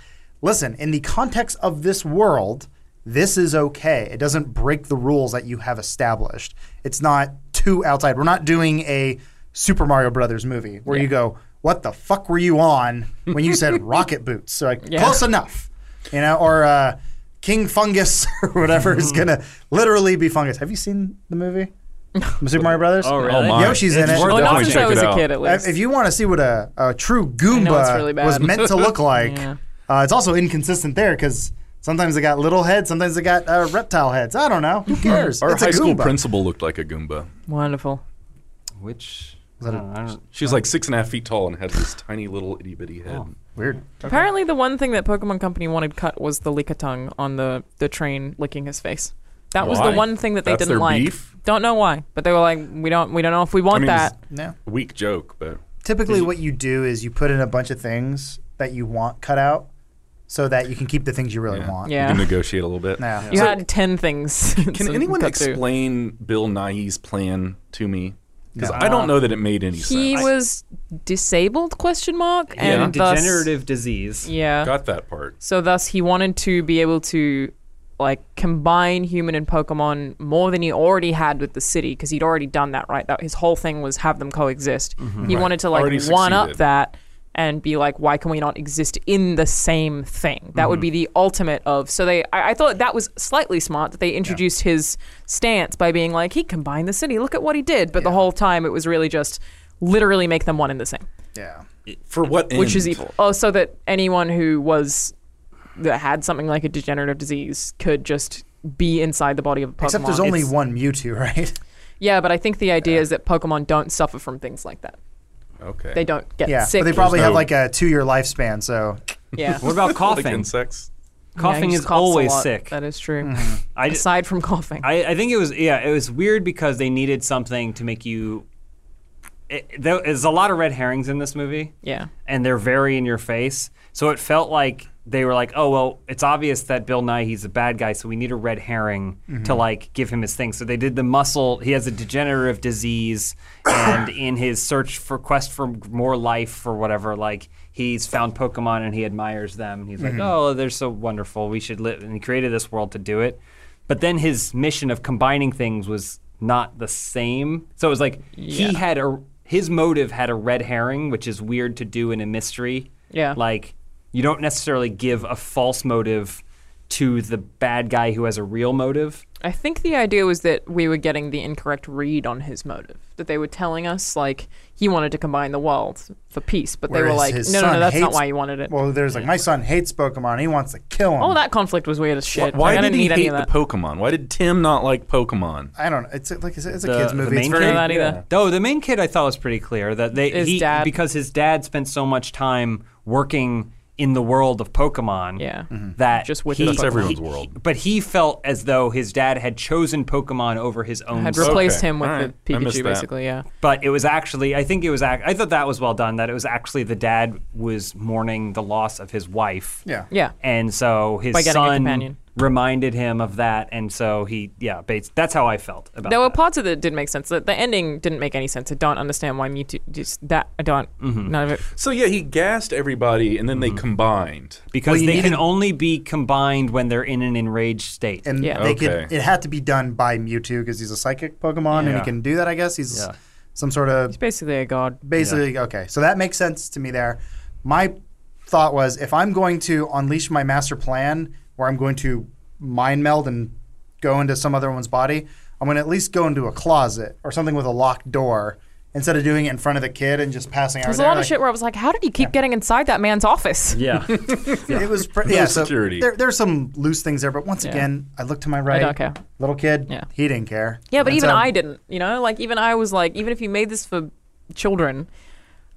S2: listen, in the context of this world, this is okay. It doesn't break the rules that you have established. It's not too outside. We're not doing a Super Mario Brothers movie where you go, "What the fuck were you on when you said rocket boots?" So like,
S4: Yeah.
S2: close enough, you know, or. Uh, King Fungus or whatever is gonna literally be fungus. Have you seen the movie Super Mario Brothers?
S1: Oh, really?
S3: my.
S2: Yoshi's in
S1: It's
S2: it.
S1: worth
S4: Well,
S1: Definitely
S4: not since
S3: check
S4: I
S3: it
S4: was a
S3: out.
S4: kid, at
S2: Uh,
S4: least.
S2: If you want to see what a, a true Goomba
S4: really bad.
S2: was meant to look like,
S4: Yeah.
S2: uh, it's also inconsistent there because sometimes they got little heads, sometimes they got uh, reptile heads. I don't know. Who cares?
S3: our
S2: it's
S3: high
S2: a
S3: school
S2: Goomba.
S3: principal looked like a Goomba.
S4: Wonderful.
S1: Which
S2: that
S1: I
S2: a-
S1: don't- I don't-
S3: She was like six and a half feet tall and had this tiny little itty bitty head.
S2: Oh. Weird.
S4: Apparently, the one thing that Pokemon Company wanted cut was the Lickitung on the, the train licking his face. That was the
S3: Why?
S4: one thing that they
S3: That's
S4: didn't
S3: their
S4: like.
S3: beef?
S4: Don't know why, but they were like, we don't, we don't know if we want
S3: I mean,
S4: that.
S2: No.
S3: Weak joke, but
S2: Typically, what you do is you put in a bunch of things that you want cut out, so that you can keep the things you really want.
S3: you
S4: Yeah,
S3: can negotiate a little bit.
S2: Yeah.
S4: you
S3: So-
S4: had ten things.
S3: Can
S4: to
S3: anyone
S4: cut through.
S3: explain Bill Nye's plan to me? Because
S2: No.
S3: I don't know that it made any
S4: he
S3: sense.
S4: was disabled question mark
S1: He had a
S4: and thus-
S1: degenerative disease.
S4: yeah
S3: got that part.
S4: so thus he wanted to be able to like combine human and pokemon more than he already had with the city because he'd already done that right that his whole thing was have them coexist he wanted to like
S3: Mm-hmm. Already
S4: one up
S3: succeeded.
S4: that and be like why can we not exist in the same thing that would
S3: Mm-hmm.
S4: be the ultimate of so they I, I thought that was slightly smart that they introduced his stance by being like he combined the city look at what he did but the whole time it was really just literally make them one and the same
S2: Yeah.
S3: For what?
S4: which
S3: end?
S4: is evil. Oh, so that anyone who was that had something like a degenerative disease could just be inside the body of a Pokemon.
S2: Except there's only
S4: It's-
S2: one Mewtwo, right?
S4: Yeah, but I think the idea is that Pokemon don't suffer from things like that.
S3: Okay.
S4: They don't get
S2: Yeah,
S4: sick.
S2: but they probably
S3: no-
S2: have like a two-year lifespan. So
S4: yeah.
S1: What about
S3: Like
S1: coughing?
S3: insects.
S4: Yeah, he
S1: coughing
S4: just
S1: is
S4: coughs a
S1: always
S4: lot.
S1: sick.
S4: That is true.
S2: Mm-hmm.
S1: I d-
S4: Aside from coughing.
S1: I, I think it was yeah, it was weird because they needed something to make you. It, there is a lot of red herrings in this movie.
S4: Yeah.
S1: and they're very in your face. So it felt like they were like, oh well, it's obvious that Bill Nye he's a bad guy, so we need a red herring to like give him his thing. So they did the muscle. He has a degenerative disease, and in his search for quest for more life or whatever, like he's found Pokemon and he admires them. And he's like, oh, they're so wonderful. We should live. And he created this world to do it. But then his mission of combining things was not the same. So it was like he had a his motive had a red herring, which is weird to do in a mystery.
S4: Yeah.
S1: Like you don't necessarily give a false motive to the bad guy who has a real motive.
S4: I think the idea was that we were getting the incorrect read on his motive. That they were telling us like he wanted to combine the world for peace, but they were
S2: Whereas
S4: like,
S2: his
S4: no, no, no,
S2: son
S4: that's not
S2: hates-
S4: why you wanted it.
S2: Well, there's like my son hates Pokemon. He wants to kill him.
S4: All that conflict was weird as shit.
S3: Why
S4: Like, I
S3: did
S4: didn't
S3: he
S4: need any
S3: hate
S4: of
S3: the
S4: that.
S3: Pokemon? Why did Tim not like Pokemon?
S2: I don't know. It's like it's a, it's a
S1: The-
S2: kids
S1: the
S2: movie. It's
S1: main
S2: very
S1: kid?
S4: None of that either.
S1: No, the main kid I thought was pretty clear that they
S4: His
S1: he,
S4: dad.
S1: because his dad spent so much time working in the world of Pokemon.
S4: Yeah.
S1: That
S4: Just with
S1: he,
S4: That's
S3: Mm-hmm. everyone's
S1: he-
S3: world.
S1: But he felt as though his dad had chosen Pokemon over his own.
S4: Had
S1: son.
S4: replaced
S3: Mm. Okay.
S4: him with
S3: Alright.
S4: the
S3: I missed
S4: Pikachu,
S3: that.
S4: basically. Yeah.
S1: But it was actually, I think it was. Ac- I thought that was well done. That it was actually the dad was mourning the loss of his wife.
S2: Yeah.
S4: Yeah.
S1: And so his
S4: By getting a
S1: son
S4: companion.
S1: reminded him of that, and so he, yeah, Bates. That's how I felt about.
S4: There were
S1: that.
S4: parts of it that didn't make sense. The, the ending didn't make any sense. I don't understand why Mewtwo. Just that I don't.
S3: Mm-hmm.
S4: None of it.
S3: So yeah, he gassed everybody, and then
S1: Mm-hmm.
S3: they combined.
S1: because
S2: Well, you
S1: they
S2: need
S1: can
S2: to-
S1: only be combined when they're in an enraged state.
S2: and
S4: Yeah.
S2: they could
S3: Okay.
S2: it had to be done by Mewtwo because he's a psychic Pokemon and
S1: Yeah.
S2: he can do that. I guess he's
S1: Yeah.
S2: some sort of
S4: It's basically a god.
S2: basically okay. So that makes sense to me there. My thought was if I'm going to unleash my master plan, where I'm going to mind meld and go into some other one's body, I'm going to at least go into a closet or something with a locked door instead of doing it in front of the kid and just passing out.
S4: There's a lot of shit where I was like, how did he keep getting inside that man's office?
S1: yeah.
S2: It was pretty. Yeah, so
S3: security.
S2: there, there's some loose things there, but once again, I look to my right.
S4: don't care.
S2: Little kid,
S4: Yeah.
S2: he didn't care.
S4: Yeah, but
S2: And
S4: even
S2: so-
S4: I didn't. You know, like even I was like, even if you made this for children,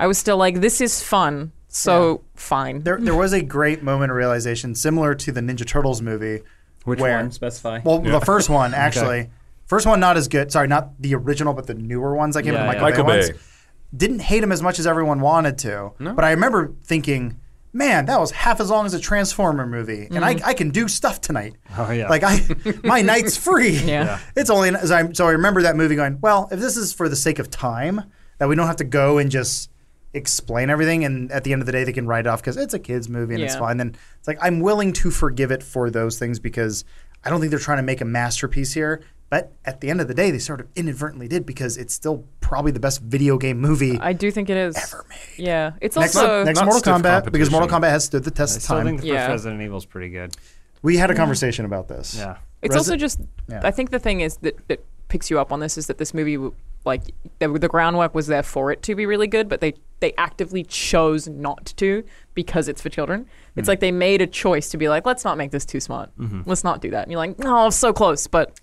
S4: I was still like, this is fun. So fine.
S2: There, there was a great moment of realization similar to the Ninja Turtles movie.
S1: Which
S2: where,
S1: one? Specify.
S2: Well, the first one actually. First one not as good. Sorry, not the original, but the newer ones that came
S1: Yeah,
S2: out.
S1: yeah.
S2: The Michael,
S3: Michael
S2: Bay,
S3: Bay.
S2: ones. Didn't hate him as much as everyone wanted to. But I remember thinking, man, that was half as long as a Transformer movie, and I, I can do stuff tonight.
S1: Oh, yeah.
S2: Like I, my night's free.
S4: Yeah.
S2: It's only so I, so I remember that movie going. Well, if this is for the sake of time, that we don't have to go and just explain everything, and at the end of the day, they can write it off because it's a kids movie and it's
S4: Yeah.
S2: fine. Then it's like I'm willing to forgive it for those things because I don't think they're trying to make a masterpiece here. But at the end of the day, they sort of inadvertently did because it's still probably the best video game movie.
S4: I do think it is. Ever made. Yeah. It's
S2: Next,
S4: also.
S2: next
S3: Not
S2: Mortal
S3: stiff
S2: Kombat because Mortal
S3: competition.
S2: Kombat has stood the test
S1: I
S2: of
S1: still
S2: time.
S1: think the first
S4: Yeah.
S1: Resident Evil's pretty good.
S2: we had a conversation about this.
S1: Yeah.
S4: It's
S2: Resi-
S4: also just.
S2: Yeah.
S4: I think the thing is that that picks you up on this is that this movie, w- like the, the groundwork was there for it to be really good, but they they actively chose not to because it's for children.
S1: Hmm.
S4: It's like they made a choice to be like, let's not make this too smart.
S1: Mm-hmm.
S4: Let's not do that. And you're like, no, so close, but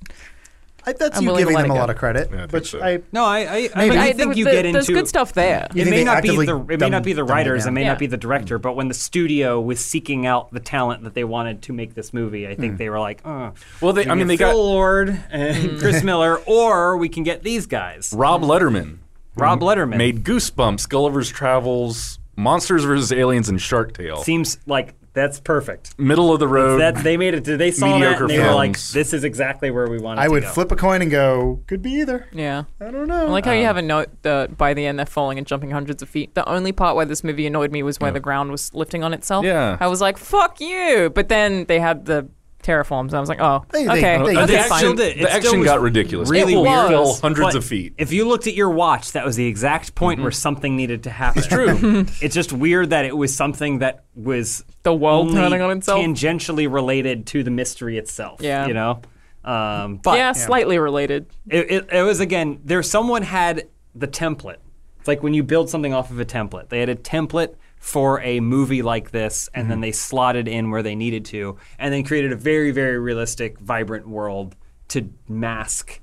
S2: I, that's
S4: I'm
S2: you
S4: willing to
S2: giving
S4: let
S2: them a
S4: it
S2: lot
S4: go.
S2: of credit,
S3: Yeah, I think
S2: which
S3: so.
S2: I
S1: No, I, I, I,
S2: Maybe.
S1: mean, I
S4: I-
S1: think
S4: the-
S1: you
S4: the-
S1: get into
S4: there's good stuff there.
S1: It
S2: think
S1: may
S2: they
S1: not be
S2: actively
S1: the it may
S2: dumb-
S1: not be the
S2: dumbed it
S1: writers, it
S2: down?
S1: may
S4: Yeah.
S1: not be the director, but when the studio was seeking out the talent that they wanted to make this movie, I
S2: Hmm.
S1: think they were like, oh,
S3: Well, they- I
S1: we
S3: mean,
S1: get
S3: they
S1: Phil
S3: got- Hmm.
S1: Lord and Chris Miller, or we can get these guys.
S3: Rob Letterman.
S1: Rob Letterman
S3: made Goosebumps, Gulliver's Travels, Monsters vs. Aliens, and Shark Tale.
S1: seems like that's perfect.
S3: Middle of the road.
S1: That they made it. They saw that
S3: Mediocre
S1: and they were like,
S3: films.
S1: "This is exactly where we wanted."
S2: I
S1: to
S2: would
S1: go.
S2: flip a coin and go, could be either.
S4: yeah.
S2: I don't know.
S4: I like how you have a note that by the end they're falling and jumping hundreds of feet. The only part where this movie annoyed me was where the ground was lifting on itself.
S3: Yeah.
S4: I was like, fuck you. But then they had the terraforms, and I was like, oh,
S2: They- they-
S4: okay.
S2: they-
S3: Uh, the
S4: okay,
S1: That's
S3: action,
S1: fine.
S3: the
S1: It still
S3: action
S1: was
S3: got ridiculous.
S1: really
S3: It
S1: weird.
S3: fell hundreds
S1: But
S3: of feet. Mm-hmm.
S1: If you looked at your watch, that was the exact point where something needed to happen. It's true. it's just weird that it was something that was
S4: The world
S1: only
S4: turning on itself?
S1: tangentially related to the mystery itself.
S4: Yeah.
S1: you know. Um, but
S4: yeah, slightly related.
S1: it, it, it was again there. Someone had the template. It's like when you build something off of a template. They had a template for a movie like this, and then they slotted in where they needed to, and then created a very, very realistic, vibrant world to mask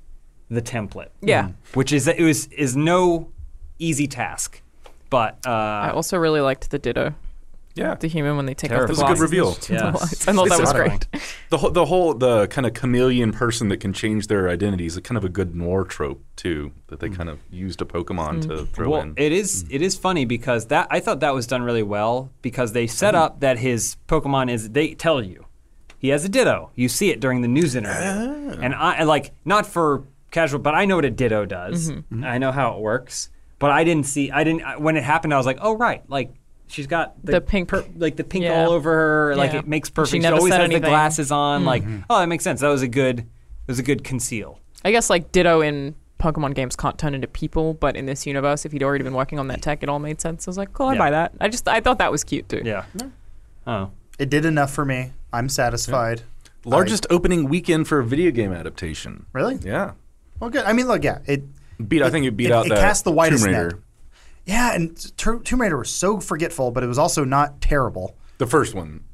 S1: the template.
S4: Yeah. Mm.
S1: which is it was is no easy task, but
S4: I
S1: uh,
S4: also really liked the Ditto,
S3: yeah.
S4: the human when they take
S1: Terrible.
S4: off the
S1: It was a
S4: glasses.
S3: good reveal.
S1: Yeah.
S4: I thought that
S3: It's
S4: was
S1: horrifying.
S4: great.
S3: The, whole- the whole the kind of chameleon person that can change their identity is a kind of a good noir trope too that
S2: Hmm.
S3: they kind of used a Pokemon to throw
S1: well,
S3: in.
S1: it is it is funny because that I thought that was done really well because they set up that his Pokemon is they tell you he has a Ditto. You see it during the news interview,
S2: Ah.
S1: and I like not for casual, but I know what a Ditto does.
S4: Mm-hmm.
S2: Mm-hmm.
S1: I know how it works, but I didn't see I didn't I- when it happened. I was like, oh right, like she's got the,
S4: The pink-
S1: like the pink
S4: yeah.
S1: all over her. Like
S4: Yeah.
S1: it makes
S4: She
S1: perfect. She,
S4: never
S1: always
S4: said
S1: has the
S4: anything. Mm-hmm.
S1: glasses on. Like oh, that makes sense. That was a good it was a good conceal.
S4: I guess like Ditto in Pokemon games can't turn into people, but in this universe, if he'd already been working on that tech, it all made sense. I was like, cool, I
S1: Yeah.
S4: buy that. I just I thought that was cute too.
S1: Yeah. Oh.
S2: It did enough for me. I'm satisfied.
S3: Largest opening weekend for a video game adaptation.
S2: Really?
S3: Yeah.
S2: Well, good. I mean, look, yeah, it.
S3: Beat. I think it beat
S2: it,
S3: out
S2: It
S3: that
S2: cast the
S3: Tomb
S2: widest
S3: Raider.
S2: net. Yeah, and Tur- Tomb Raider was so forgetful, but it was also not terrible.
S3: The first one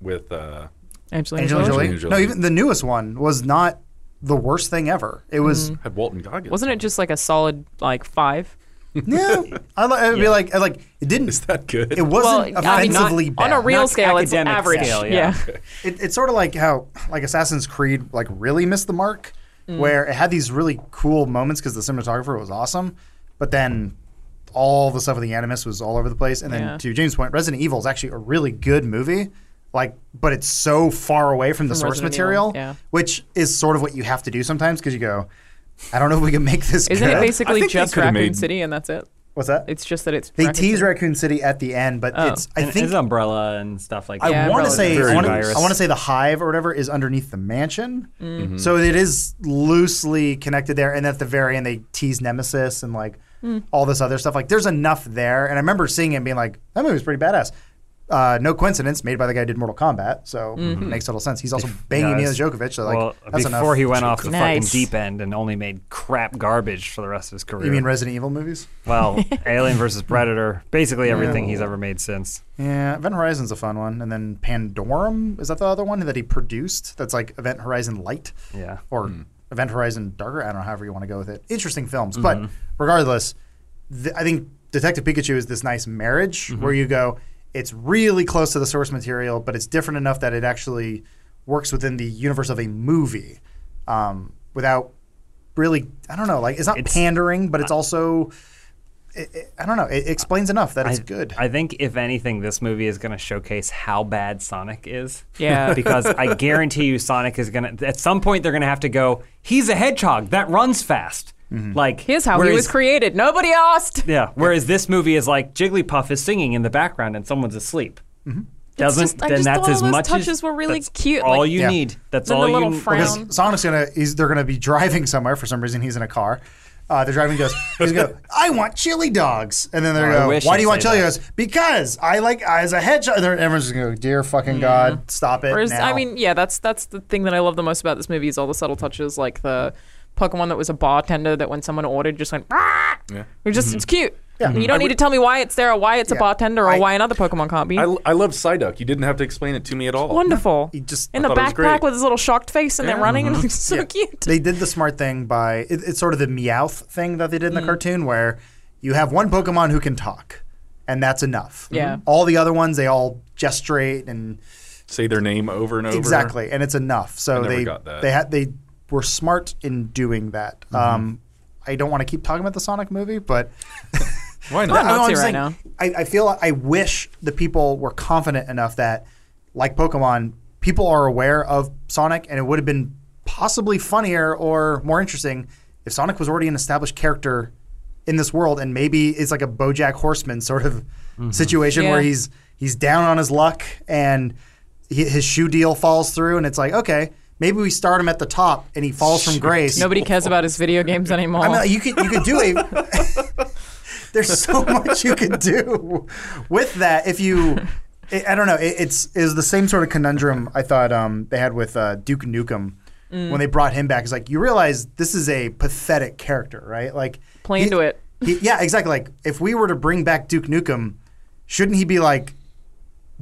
S3: with uh,
S4: Angelina
S2: Angelina
S4: Jolie?
S2: Jolie.
S3: Angelina Jolie.
S2: No, even the newest one was not the worst thing ever. It was
S3: had Walton Goggins.
S4: Wasn't it just like a solid like five? Mm-hmm.
S2: yeah. I li- I'd be like, I like it didn't.
S3: Is that good?
S2: it wasn't
S4: Well, I mean, not-
S2: offensively bad.
S4: On a real
S1: Not
S4: scale, it's
S1: academic
S4: average.
S1: scale,
S4: yeah.
S1: yeah.
S2: it, it's sort of like how like Assassin's Creed like really missed the mark,
S4: Mm.
S2: where it had these really cool moments because the cinematographer was awesome, but then all the stuff with the animus was all over the place. And then
S4: Yeah.
S2: to James' point, Resident Evil is actually a really good movie, like, but it's so far away from the source
S4: Resident Evil,
S2: material,
S4: yeah.
S2: which is sort of what you have to do sometimes because you go, I don't know if we can make this.
S4: Isn't
S2: good.
S4: it basically
S3: think they
S4: just
S3: could've
S4: Raccoon
S3: made-
S4: City and that's it?
S2: What's that?
S4: It's just that it's
S2: they
S4: Raccoon
S2: tease
S4: City. Oh.
S2: Raccoon City at the end, but it's I
S1: and
S2: think
S1: his umbrella and stuff like
S2: I
S4: Yeah,
S1: that.
S2: want to
S4: Umbrella's
S2: say
S1: Very
S2: I want to,
S1: virus.
S2: I want to say the hive or whatever is underneath the mansion, so it is loosely connected there. And at the very end, they tease Nemesis and like all this other stuff. Like there's enough there, and I remember seeing it and being like, that movie's pretty badass. Uh, no coincidence, made by the guy who did Mortal Kombat, so it makes total sense. He's also banging
S1: Yeah,
S2: Mila
S1: it's-
S2: Djokovic, so like
S1: well,
S2: that's
S1: before
S2: enough.
S1: he went off the fucking
S4: Nice.
S1: deep end and only made crap garbage for the rest of his career.
S2: you mean Resident Evil movies?
S1: well, Alien versus Predator, basically everything he's ever made since.
S2: Yeah, Event Horizon's a fun one, and then Pandorum is that the other one that he produced? That's like Event Horizon Light.
S1: Yeah.
S2: or Event Horizon Darker. I don't know, however you want to go with it. Interesting films, but
S1: Mm-hmm.
S2: regardless, th- I think Detective Pikachu is this nice marriage
S1: Mm-hmm.
S2: where you go, it's really close to the source material, but it's different enough that it actually works within the universe of a movie um, without really, I don't know, like it's not
S1: It's-
S2: pandering, but it's also. i I I don't know. It explains enough that it's
S1: I-
S2: good.
S1: I think if anything, this movie is going to showcase how bad Sonic is.
S4: Yeah.
S1: because I guarantee you, Sonic is going to. At some point, they're going to have to go. He's a hedgehog that runs fast.
S2: Mm-hmm.
S1: Like
S4: Here's how he
S1: whereas-
S4: was created. Nobody asked.
S1: Yeah. Whereas this movie is like Jigglypuff is singing in the background and someone's asleep.
S2: Mm-hmm.
S1: Doesn't
S4: just- I
S1: then
S4: just
S1: that's
S4: thought all
S1: as
S4: those
S1: much
S4: touches
S1: as
S4: were really
S1: that's
S4: cute,
S1: All
S4: like-
S1: you
S2: Yeah.
S1: need. That's
S4: Then the
S1: all you.
S4: little
S1: need.
S4: frown.
S2: Because Sonic's gonna he's they're gonna be driving somewhere for some reason. He's in a car. Uh, they're driving. he Goes. He's gonna go. I want chili dogs. And then they're
S1: Oh, I
S2: going.
S1: wish
S2: to Why
S1: I'd
S2: do you want
S1: say
S2: chili? He
S1: that.
S2: Goes because I like as a hedgehog. And everyone's just gonna go. Dear fucking god, stop it
S4: Whereas,
S2: now.
S4: I mean, yeah, that's that's the thing that I love the most about this movie is all the subtle touches, like the Pokemon that was a bartender that when someone ordered just went. "Ah!"
S3: Yeah. Mm-hmm.
S4: You're just it's cute.
S2: Yeah.
S4: You don't need to tell me why it's there or why it's a
S2: Yeah.
S4: bartender or
S2: I-
S4: why another Pokemon can't be.
S3: I, I love Psyduck. You didn't have to explain it to me at all.
S4: Wonderful.
S2: He just-
S4: in
S2: I
S4: the
S3: thought it was great. Mm-hmm.
S4: backpack with his little shocked face and
S3: Yeah.
S4: they're running and it's so
S2: Yeah.
S4: cute.
S2: They did the smart thing by it, it's sort of the Meowth thing that they did in the cartoon where you have one Pokemon who can talk, and that's enough.
S4: Yeah.
S2: All the other ones they all gesturate and.
S3: Say their name over and over.
S2: Exactly, and it's enough. So
S3: never
S2: they
S3: got that. Mm-hmm.
S2: they had they were smart in doing that. Um, I don't want to keep talking about the Sonic movie, but
S3: Why
S2: I,
S3: not?
S4: not
S2: I'm
S4: to
S2: just saying,
S4: right now.
S2: I, I feel I wish the people were confident enough that, like Pokemon, people are aware of Sonic, and it would have been possibly funnier or more interesting if Sonic was already an established character in this world, and maybe it's like a BoJack Horseman sort of situation where
S4: Mm-hmm. Yeah.
S2: he's he's down on his luck and he, his shoe deal falls through, and it's like okay. Maybe we start him at the top, and he falls from grace.
S4: Nobody cares about his video games anymore.
S2: I mean, you could you could do a. there's so much you could do with that if you. I I don't know. It, it's is the same sort of conundrum I thought um, they had with uh, Duke Nukem
S4: Mm.
S2: when they brought him back. It's like you realize this is a pathetic character, right? Like
S4: Play into it.
S2: he- yeah, exactly. Like if we were to bring back Duke Nukem, shouldn't he be like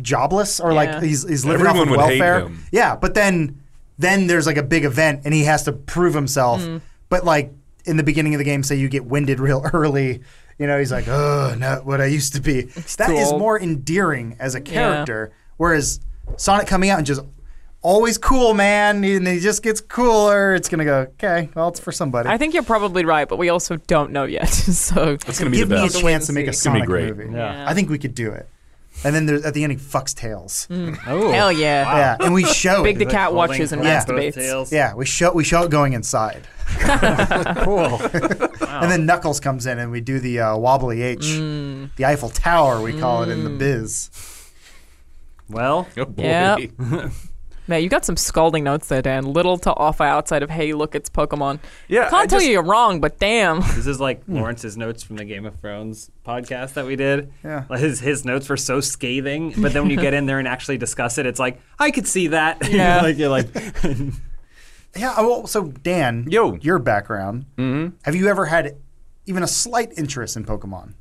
S2: jobless or like
S4: Yeah.
S2: he's he's living
S3: Everyone
S2: off of
S3: would hate
S2: welfare?
S3: him.
S2: Yeah, but then then there's like a big event and he has to prove himself. But like in the beginning of the game, say you get winded real early, you know, he's like, oh, not what I used to be. That
S4: too
S2: is
S4: old.
S2: more endearing as a character. Whereas Sonic coming out and just always cool, man, and he just gets cooler. It's gonna go okay. Well, it's for somebody.
S4: I think you're probably right, but we also don't know yet. so
S3: That's going to be
S2: Give
S3: the
S2: me a
S3: best.
S2: chance to make a
S4: It's
S3: gonna
S2: Sonic
S3: be great.
S2: movie.
S1: Yeah.
S2: I think we could do it. And then there's, at the end, he fucks tails.
S1: Oh.
S4: hell yeah.
S2: Yeah, and we show
S4: Big
S2: it.
S4: the cat
S1: Holding
S4: watches and
S1: both
S4: masturbates.
S1: tails.
S2: Yeah, we show we show it going inside,
S1: Cool.
S2: and then Knuckles comes in, and we do the uh, wobbly H,
S4: Mm.
S2: the Eiffel Tower, we call it in the biz.
S1: Well,
S3: Oh, boy.
S4: Yep. Man, you got some scalding notes there, Dan. Little to offer outside of, hey, look, it's Pokemon.
S3: Yeah,
S4: Can't
S3: I
S4: tell
S3: just-
S4: you you're wrong, but damn.
S1: This is like Lawrence's notes from the Game of Thrones podcast that we did.
S2: Yeah.
S1: Like, his his notes were so scathing, but then when you get in there and actually discuss it, it's like I could see that. You're
S4: Yeah.
S1: like you're like
S2: Yeah. uh, Well, so Dan,
S3: Yo. Mm-hmm.
S2: your background. Have you ever had even a slight interest in Pokemon?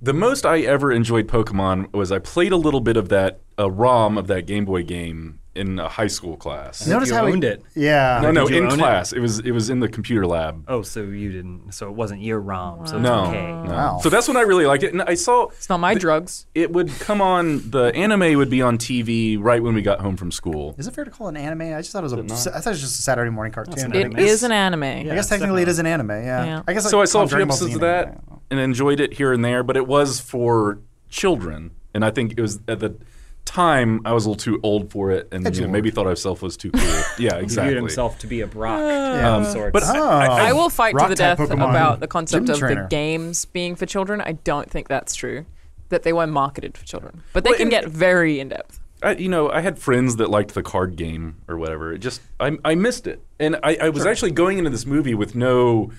S3: The most I ever enjoyed Pokemon was I played a little bit of that a ROM of that Game Boy game in a high school class.
S1: No,
S2: Notice
S1: you
S2: how
S1: owned it.
S2: Yeah.
S3: no, no,
S1: Did you
S3: in
S1: own it?
S3: class. It? was it was in the computer lab.
S1: oh, so you didn't. So it wasn't your ROM. So it's
S3: No,
S1: okay.
S3: no.
S2: Wow.
S3: So that's when I really liked it, and I saw
S4: It's not my drugs.
S3: it would come on. The anime would be on TV right when we got home from school.
S2: Is it fair to call it an anime? I just thought it was a. I thought it was just a Saturday morning cartoon.
S1: an anime.
S2: I
S4: It
S1: Anime.
S4: is an anime.
S1: Yeah.
S2: guess technically it is an anime. Yeah.
S4: Yeah.
S2: I guess
S3: so I saw a few
S2: Conjuring Ball's
S3: episodes of
S2: an anime.
S3: that and enjoyed it here and there, but it was for children, and I think it was at the time I was a little too old for it, and you know,
S2: Edgelord.
S3: maybe thought myself was too cool. yeah,
S1: He
S3: exactly.
S1: viewed himself to be a Brock
S2: Um,
S1: of sorts.
S3: But I-
S2: Oh.
S3: I, I-
S4: I will fight to
S2: Rock
S4: the
S2: type
S4: death
S2: Pokemon.
S4: about the concept
S2: Gym
S4: of
S2: trainer.
S4: the games being for children. I don't think that's true. That they were marketed for children, but they
S3: Well,
S4: can
S3: and-
S4: get very in depth.
S3: I, you know, I had friends that liked the card game or whatever. It just, I, I missed it, and I, I was actually going into this movie with no,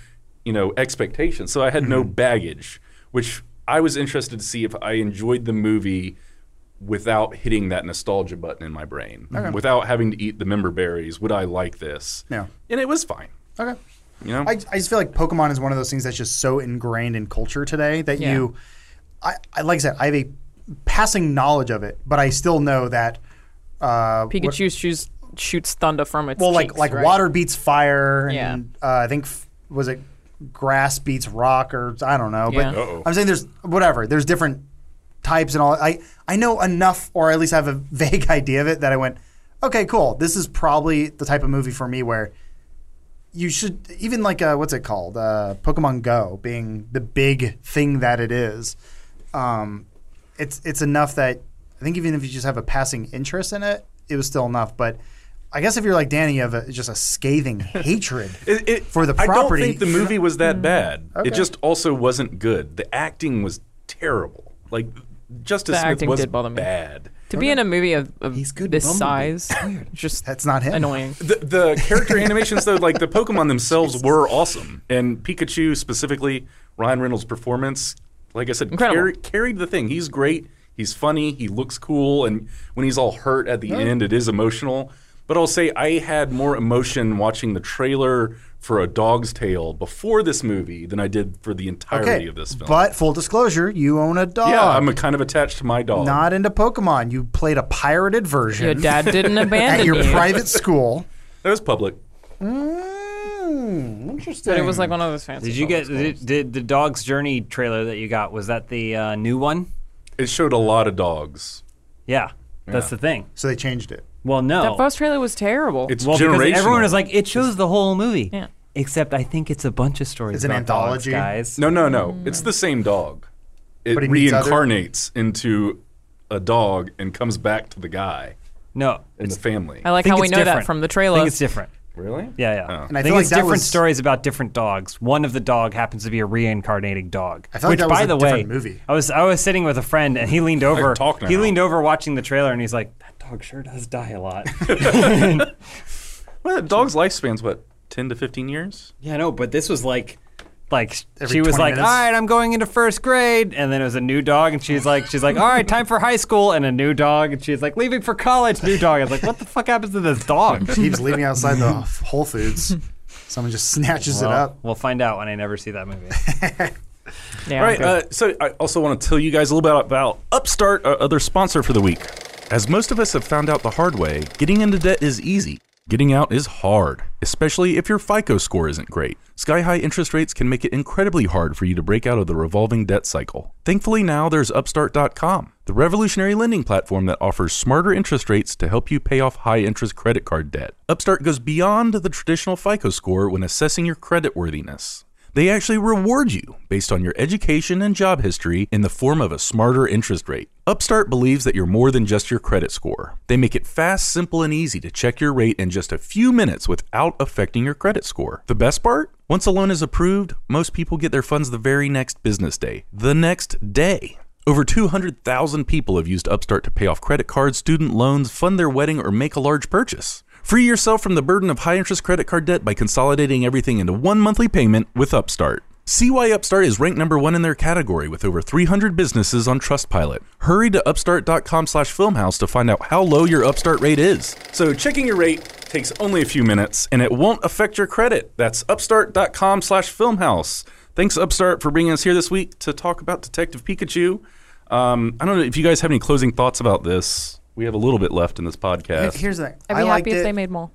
S3: you know, expectation. So I had no
S2: Mm-hmm.
S3: baggage, which I was interested to see if I enjoyed the movie without hitting that nostalgia button in my brain, without having to eat the member berries. Would I like this?
S2: Yeah.
S3: and it was fine.
S2: Okay.
S3: You know,
S2: I, I just feel like Pokemon is one of those things that's just so ingrained in culture today that
S4: Yeah.
S2: you, I, I like I said, I have a passing knowledge of it, but I still know that. Uh, what-
S4: Pikachu shoots, shoots thunder from its
S2: well, like
S4: cheeks,
S2: like
S4: right?
S2: water beats fire, and
S4: Yeah.
S2: uh, I think f- was it grass beats rock or I don't know,
S4: Yeah.
S2: but
S3: Uh-oh.
S2: I'm saying there's whatever. There's different types and all. I I know enough, or at least have a vague idea of it that I went, okay, cool. This is probably the type of movie for me where you should even like uh, what's it called uh, pokemon go being the big thing that it is um, it's it's enough that i think even if you just have a passing interest in it it was still enough but i guess if you're like danny you have a, just a scathing hatred
S3: It- it-
S2: for the
S3: I don't
S2: property Mm-hmm.
S3: think the movie was that bad.
S2: Okay.
S3: It just also wasn't good. The acting was terrible. Like Justice
S4: The
S3: Smith
S4: acting
S3: was
S4: did bother me.
S3: bad.
S4: To be in a movie of, of
S1: He's good
S4: this
S1: Bumblebee.
S4: size, just
S2: that's not him
S4: annoying.
S3: The, the character animations, though, like the Pokemon themselves, were awesome, and Pikachu specifically, Ryan Reynolds' performance, like I said,
S4: Incredible.
S3: carri- carried the thing. He's great. He's funny. He looks cool, and when he's all hurt at the end, it is emotional. But I'll say I had more emotion watching the trailer for A Dog's Tale before this movie than I did for the entirety
S2: okay
S3: of this film.
S2: but full disclosure you own a dog
S3: yeah, I'm a kind of attached to my dog.
S2: not into pokemon you played a pirated
S4: Your
S2: version
S4: dad didn't abandon
S2: at your
S4: you.
S2: private school
S3: that was public.
S2: mm, interesting
S4: but it was like one of those fancy.
S1: did you get
S4: films.
S1: did, did the Dog's Journey trailer that you got? Was that the uh, new one?
S3: It showed a lot of dogs.
S1: Yeah, that's the thing.
S2: so they changed it
S1: Well, no,
S4: That first trailer was terrible.
S3: It's
S1: well,
S3: generational.
S1: because everyone is like, it shows the whole movie.
S4: Yeah.
S1: Except I think it's a bunch of stories.
S2: It's an
S1: about dogs,
S2: anthology?
S1: guys.
S3: No, no, no. It's the same dog. It
S2: But he meets other-
S3: reincarnates into a dog and comes back to the guy
S1: no.
S3: and the family.
S4: I like
S1: think
S4: how we
S1: it's
S4: know that
S1: different.
S4: from the
S1: I
S4: trailer.
S1: think it's different.
S3: really?
S1: Yeah, yeah.
S3: Oh.
S2: And I
S1: I
S2: feel
S1: think
S2: like
S1: it's
S2: that
S1: different
S2: was-
S1: stories about different dogs. One of the dog happens to be a reincarnating dog.
S2: I feel like
S1: which,
S2: that was
S1: by
S2: a
S1: the way,
S2: different movie.
S1: I was I was sitting with a friend and he leaned over.
S3: talk now.
S1: He leaned over watching the trailer and he's like, "That dog sure does die a lot."
S3: Well, a dog's lifespan's what, 10 to 15 years?
S1: yeah, no, but this was like. Like sh-
S2: Every
S1: she was
S2: 20
S1: like,
S2: minutes.
S1: "All right, I'm going into first grade," and then it was a new dog, and she's like, "She's like, all right, time for high school," and a new dog, and she's like, "Leaving for college." New dog. I was like, "What the fuck happens to this dog?"
S2: He was leaving outside the Whole Foods. Someone just snatches it up.
S1: We'll find out when I never see that movie.
S4: yeah.
S3: All right. Uh, so I also want to tell you guys a little bit about Upstart, our other sponsor for the week. As most of us have found out the hard way, getting into debt is easy. Getting out is hard, especially if your FICO score isn't great. Sky high interest rates can make it incredibly hard for you to break out of the revolving debt cycle. Thankfully, now there's Upstart.com, the revolutionary lending platform that offers smarter interest rates to help you pay off high interest credit card debt. Upstart goes beyond the traditional FICO score when assessing your credit worthiness. They actually reward you based on your education and job history in the form of a smarter interest rate. Upstart believes that you're more than just your credit score. They make it fast, simple, and easy to check your rate in just a few minutes without affecting your credit score. The best part? Once a loan is approved, most people get their funds the very next business day. The next day. Over 200,000 people have used Upstart to pay off credit cards, student loans, fund their wedding, or make a large purchase. Free yourself from the burden of high interest credit card debt by consolidating everything into one monthly payment with Upstart. See why Upstart is ranked number one in their category with over 300 businesses on Trustpilot. Hurry to upstart.com slash filmhouse to find out how low your Upstart rate is. So checking your rate takes only a few minutes and it won't affect your credit. That's upstart.com slash filmhouse. Thanks, Upstart, for bringing us here this week to talk about Detective Pikachu. Um, I don't know if you guys have any closing thoughts about this. We have a little bit left in this podcast.
S2: Here's the thing.
S4: I'd
S2: I
S4: be
S2: liked
S4: happy if
S2: it.
S4: they made more.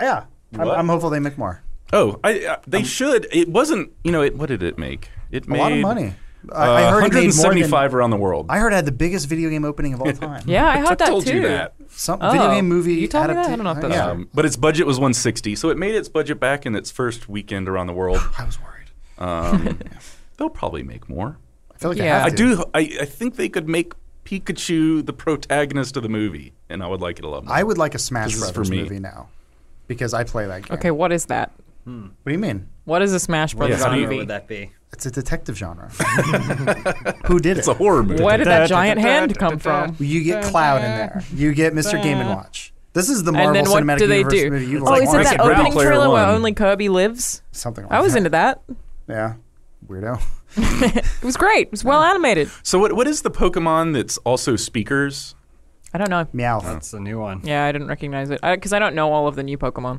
S2: Yeah, I'm,
S3: What?
S2: I'm hopeful they make more.
S3: Oh, I, I, they should. It wasn't. You know, it, what did it make? It
S2: Um, A
S3: made
S2: lot of money. I,
S3: Uh,
S2: I heard it made more
S3: 175
S2: than,
S3: around the world.
S2: I heard it had the biggest video game opening of all time.
S4: Yeah, I heard that
S3: told
S4: too.
S3: you that.
S2: some
S4: Oh,
S2: video game movie.
S4: you told me that? I
S2: adapta-
S4: don't know if that's
S2: yeah.
S3: Um, but its budget was 160, so it made its budget back in its first weekend around the world.
S2: I was worried.
S3: Um, they'll probably make more.
S2: I feel like
S4: Yeah.
S2: I
S3: I
S2: have to.
S3: do. I, I think they could make Pikachu the protagonist of the movie, and I would like it a lot more.
S2: I would like a Smash
S3: This is for
S2: Brothers
S3: me.
S2: movie now because I play that game.
S4: Okay, what is that?
S2: What do you mean?
S4: What is a Smash
S1: What
S4: Brothers
S3: how do you-
S1: genre
S4: movie?
S1: would that be?
S2: It's a detective genre. Who did
S3: it's
S2: it?
S3: a horror movie.
S4: Where did that giant hand come from?
S2: you get Cloud in there. You get Mr. Game and Watch. This is the Marvel
S4: and then what
S2: Cinematic
S4: do they
S2: Universe
S4: do?
S2: movie you
S4: oh,
S2: like.
S4: is it
S3: Make it
S4: that
S3: Ready
S4: opening
S3: Player
S4: trailer where
S3: One.
S4: only Kirby lives?
S2: Something. Like
S4: I was
S2: that.
S4: into that.
S2: Yeah, weirdo.
S4: It was great. It was well animated.
S3: So what? What is the Pokemon that's also speakers?
S4: I don't know.
S2: Meow.
S1: That's a new one.
S4: Yeah, I didn't recognize it because I, don't know all of the new Pokemon.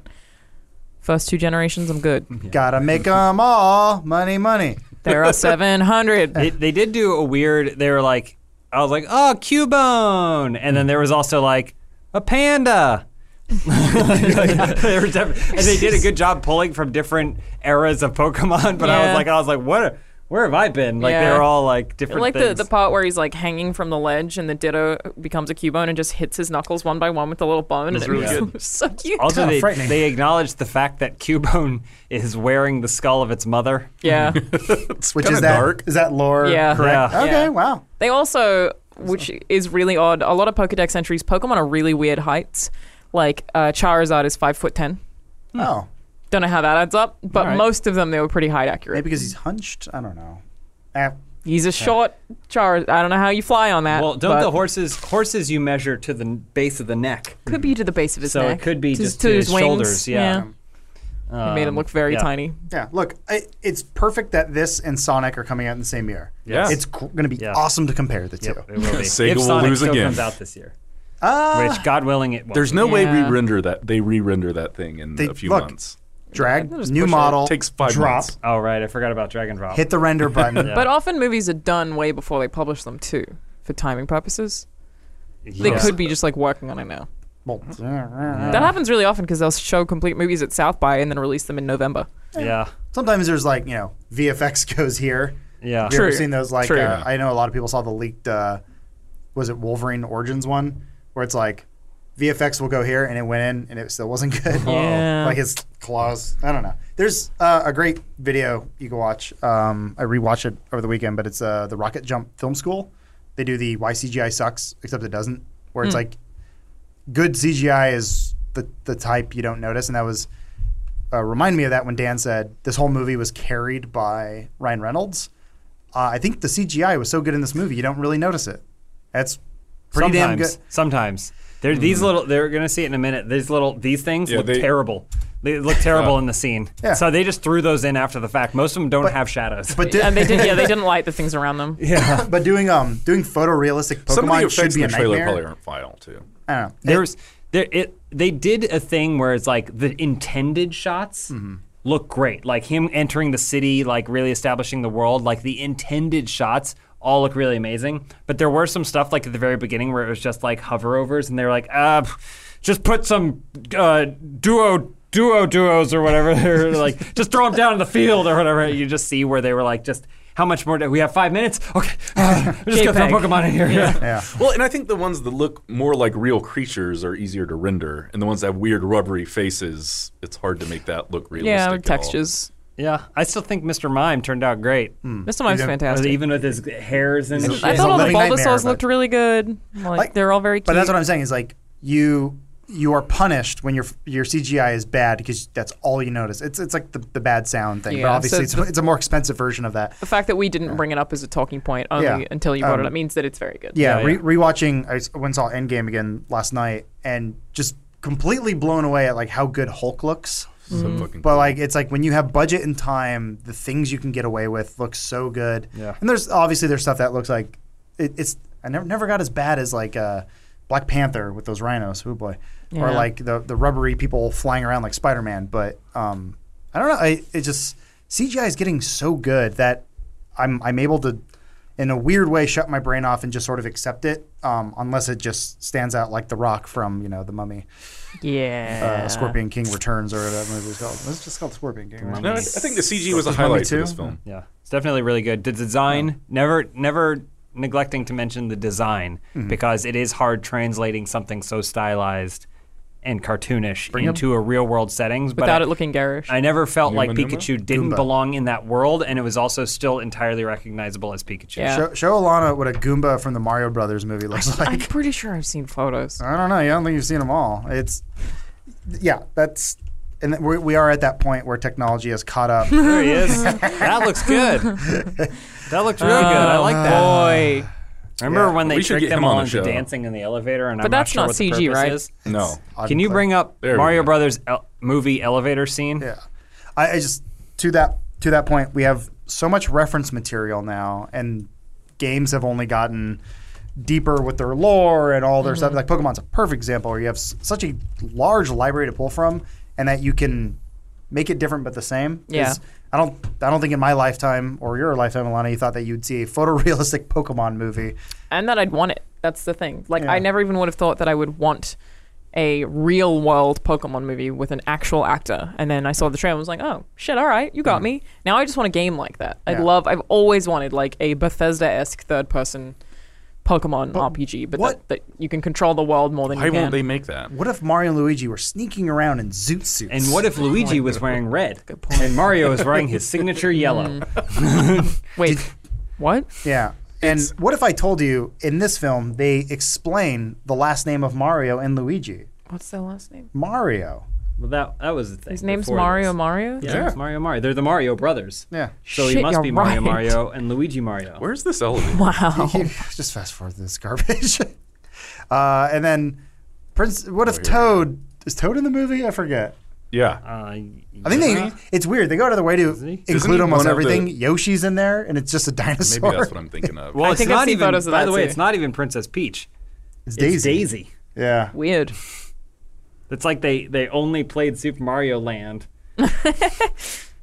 S4: First two generations, I'm good.
S2: Gotta make 'em all money, money.
S4: There are 700.
S1: They, they did do a weird. They were like, I was like, oh, Cubone, and then there was also like a panda. They were def- and they did a good job pulling from different eras of Pokemon, but I was
S4: Yeah.
S1: like, I was like, what? Where have I been? Like
S4: Yeah.
S1: they were all like different.
S4: like the,
S1: things.
S4: the part where he's like hanging from the ledge and the Ditto becomes a Cubone and just hits his knuckles one by one with a little bone.
S3: That's
S4: and
S3: really
S4: it was
S3: good.
S4: so cute.
S1: Also,
S2: Kinda
S1: they,
S2: frightening.
S1: they acknowledged the fact that Cubone is wearing the skull of its mother.
S4: yeah.
S3: It's
S2: Which
S3: kinda
S2: is that? Is
S3: dark.
S2: that lore?
S4: Yeah.
S2: Correct.
S1: Yeah.
S2: Okay.
S4: Yeah.
S2: Wow.
S4: They also, which is really odd, a lot of Pokedex entries, Pokemon are really weird heights. Like uh, Charizard is five foot ten.
S2: Oh,
S4: Don't know how that adds up, but
S2: Alright.
S4: most of them they were pretty height accurate.
S2: maybe because he's hunched. I don't know. Ah,
S4: He's a short Charizard. I don't know how you fly on that.
S1: Well, don't
S4: but
S1: the horses horses you measure to the n- base of the neck?
S4: could be to the base of his
S1: So it
S4: neck.
S1: could be just to
S4: his
S1: his
S4: wings.
S1: shoulders, yeah. Um,
S4: It made him look very
S1: yeah.
S4: tiny.
S2: Yeah, look, I, it's perfect that this and Sonic are coming out in the same year.
S3: Yeah.
S2: It's cr- going to be
S1: Yeah.
S2: awesome to compare the two.
S1: Yep, it will be.
S3: Sega
S1: if
S3: will
S1: Sonic
S3: lose
S1: still
S3: again.
S1: comes out this year,
S2: Uh,
S1: which God willing it won't.
S3: There's no way
S4: Yeah.
S3: re-render that they re-render that thing in
S2: They-
S3: a few
S2: look.
S3: months.
S2: drag,
S4: Just
S2: new
S4: push it.
S2: model,
S3: Takes five
S2: drop,
S3: months.
S1: Oh right, I forgot about Dragon Drop.
S2: hit the render button.
S1: Yeah.
S4: But often movies are done way before they publish them too, for timing purposes. They
S1: Yeah.
S4: could be just like working on it now.
S2: Well, Uh.
S4: That happens really often because they'll show complete movies at South by and then release them in November.
S1: Yeah,
S2: Sometimes there's like, you know, VFX goes here.
S1: yeah.
S2: Have you ever
S4: True.
S2: seen those? Like,
S4: True.
S2: uh, I know a lot of people saw the leaked, uh, was it Wolverine Origins one, where it's like, VFX will go here, and it went in, and it still wasn't good.
S4: Yeah.
S2: like his claws. I don't know. There's uh, a great video you can watch. Um, I rewatched it over the weekend, but it's uh, the Rocket Jump Film School. They do the why CGI sucks, except it doesn't. Where
S4: Hmm.
S2: it's like good CGI is the the type you don't notice, and that was uh, remind me of that when Dan said this whole movie was carried by Ryan Reynolds. Uh, I think the CGI was so good in this movie you don't really notice it. That's pretty damn
S1: sometimes,
S2: good.
S1: sometimes. They're these little. They're gonna see it in a minute. These little. These things
S3: Hmm. Yeah,
S1: look
S3: they-
S1: terrible. They look terrible in the scene.
S2: Yeah.
S1: So they just threw those in after the fact. Most of them don't
S2: But-
S1: have shadows.
S2: But di-
S4: and they did, yeah, they didn't light the things around them.
S1: yeah,
S2: but doing um doing photorealistic
S3: Some of the
S2: Pokemon should
S3: effects
S2: be
S3: in
S2: a
S3: the trailer
S2: nightmare.
S3: probably aren't vile too.
S2: I don't know. It-
S1: there's there it. They did a thing where it's like the intended shots.
S2: Mm-hmm.
S1: Look great, like him entering the city, like really establishing the world. Like the intended shots all look really amazing. But there were some stuff like at the very beginning where it was just like hoverovers, and they were like, uh, just put some uh, duo duo duos or whatever. They're like, just throw them down in the field or whatever. You just see where they were like, just how much more? Do we have five minutes? Okay, uh, we're just gonna throw
S4: JPEG.
S1: Pokemon in here.
S2: yeah.
S3: Well, and I think the ones that look more like real creatures are easier to render, and the ones that have weird rubbery faces, it's hard to make that look realistic.
S4: Yeah,
S3: at all.
S4: textures.
S1: yeah. I still think Mr. Mime turned out great.
S4: Mr. Mime's
S2: You don't-
S1: Or
S4: fantastic.
S1: Even with his hairs and shit.
S4: I
S2: It's
S4: thought
S2: a
S4: all the
S2: living nightmare,
S4: Bulbasaurs
S2: but-
S4: looked really good. Like,
S2: Like-
S4: they're all very cute.
S2: But that's what I'm saying is like you you are punished when your your CGI is bad because that's all you notice. It's it's like the, the bad sound thing,
S4: Yeah,
S2: but
S4: so
S2: obviously it's,
S4: the-
S2: it's a more expensive version of that.
S4: The fact that we didn't bring it up as a talking point only
S2: Yeah.
S4: until you brought
S2: Um,
S4: it up means that it's very good.
S2: Yeah,
S1: Yeah,
S2: re-
S1: yeah.
S2: rewatching I s- went and saw Endgame again last night and just completely blown away at like how good Hulk looks.
S3: So
S4: Mm.
S3: fucking
S2: But like it's like when you have budget and time, the things you can get away with look so good.
S1: Yeah.
S2: And there's obviously there's stuff that looks like it, it's I never never got as bad as like uh, Black Panther with those rhinos. Oh boy. Or
S4: Yeah.
S2: like the the rubbery people flying around like Spider Man. But um, I don't know. I it just CGI is getting so good that I'm I'm able to in a weird way shut my brain off and just sort of accept it um, unless it just stands out like the rock from you know the mummy
S4: Yeah.
S2: uh, Scorpion King Returns or whatever that movie was called. It was just called Scorpion King. right?
S3: No, I, I think the CG was a
S2: Mummy
S3: highlight to
S2: too?
S3: this film.
S1: Yeah, it's definitely really good. The design, never, never neglecting to mention the design because it is hard translating something so stylized and cartoonish into a real world settings but
S4: Without
S1: I-
S4: it looking garish.
S1: I never felt like
S3: Numa Numa?
S1: Pikachu didn't
S2: Goomba.
S1: belong in that world, and it was also still entirely recognizable as Pikachu.
S4: Yeah.
S2: Show, show Alana what a Goomba from the Mario Brothers movie looks
S4: I'm
S2: like.
S4: pretty sure I've seen photos.
S2: I don't know. I don't think you've seen them all. It's yeah, that's and we we are at that point where technology has caught up.
S1: There he is. that looks good. That looks really good. I like
S4: Oh.
S1: that.
S4: Boy.
S1: Remember
S2: Yeah.
S1: when they
S3: We should
S1: tricked
S3: get
S1: them
S3: him on
S1: all
S3: the
S1: into
S3: show.
S1: dancing in the elevator? And
S4: But
S1: I'm
S4: that's
S1: not sure
S4: not
S1: what the
S4: CG,
S1: purpose
S4: right?
S1: is.
S3: No.
S1: Can you bring up
S3: There we
S1: Mario
S3: go.
S1: Brothers el- movie elevator scene?
S2: Yeah, I, I just to that to that point, we have so much reference material now, and games have only gotten deeper with their lore and all their stuff. Like Pokemon's a perfect example, where you have s- such a large library to pull from, and that you can make it different but the same.
S4: Yeah.
S2: Is- I don't. I don't think in my lifetime or your lifetime, Alana, you thought that you'd see a photorealistic Pokemon movie.
S4: and that I'd want it. That's the thing. Like
S2: Yeah.
S4: I never even would have thought that I would want a real world Pokemon movie with an actual actor. And then I saw the trailer and was like, "Oh, shit, all right, you got me." Now I just want a game like that. I
S2: Mm. Yeah.
S4: love I've always wanted like a Bethesda-esque third person Pokemon RPG, but
S2: what-
S4: that, that you can control the world more than
S3: Why
S4: you can.
S3: won't they make that?
S2: What if Mario and Luigi were sneaking around in zoot suits?
S1: And what if Luigi was wearing red and Mario is wearing his signature
S4: Mm.
S1: yellow?
S4: Wait. what?
S2: Yeah. And what if I told you in this film they explain the last name of Mario and Luigi?
S4: What's their last name?
S2: Mario.
S1: Well, that that was the thing.
S4: His name's
S1: before
S4: Mario
S1: this.
S4: Mario?
S1: Yeah, it's Mario Mario. They're the Mario brothers.
S2: Yeah.
S1: So he
S4: Shit,
S1: must
S4: you're
S1: be Mario
S4: right.
S1: Mario and Luigi Mario.
S3: Where's this elevator?
S4: Wow.
S2: Oh, Just fast forward this garbage. uh, and then Prince. What if Toad is Toad in the movie? I forget.
S3: Yeah.
S1: Uh,
S2: I think they. It's weird. They go out of their way to
S1: he?
S2: include almost
S3: he one of the-
S2: everything. Yoshi's in there, and it's just a dinosaur.
S3: Maybe that's what I'm thinking of.
S1: Well,
S4: I
S1: it's
S4: think I've
S1: not
S4: seen
S1: even.
S4: photos of
S1: by
S4: that
S1: the way,
S4: too.
S1: it's not even Princess Peach. It's
S2: it's Daisy.
S1: Daisy.
S2: Yeah.
S4: Weird.
S1: It's like they they only played Super Mario Land.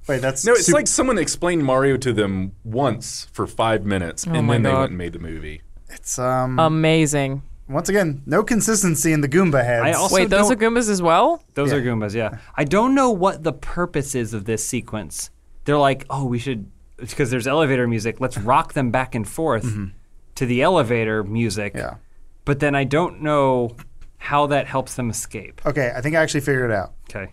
S2: Wait, that's
S3: no, it's
S2: super-
S3: like someone explained Mario to them once for five minutes, and
S4: Oh my
S3: then they
S4: God.
S3: went and made the movie.
S2: it's um.
S4: Amazing.
S2: Once again, no consistency in the Goomba heads.
S1: I also- So
S4: Wait, those
S1: don't-
S4: are Goombas as well?
S1: Those are
S2: Yeah.
S1: Goombas, yeah. I don't know what the purpose is of this sequence. They're like, oh, we should, because there's elevator music. Let's rock them back and forth
S3: Mm-hmm.
S1: to the elevator music.
S2: Yeah.
S1: But then I don't know how that helps them escape.
S2: okay, I think I actually figured it out.
S1: Okay.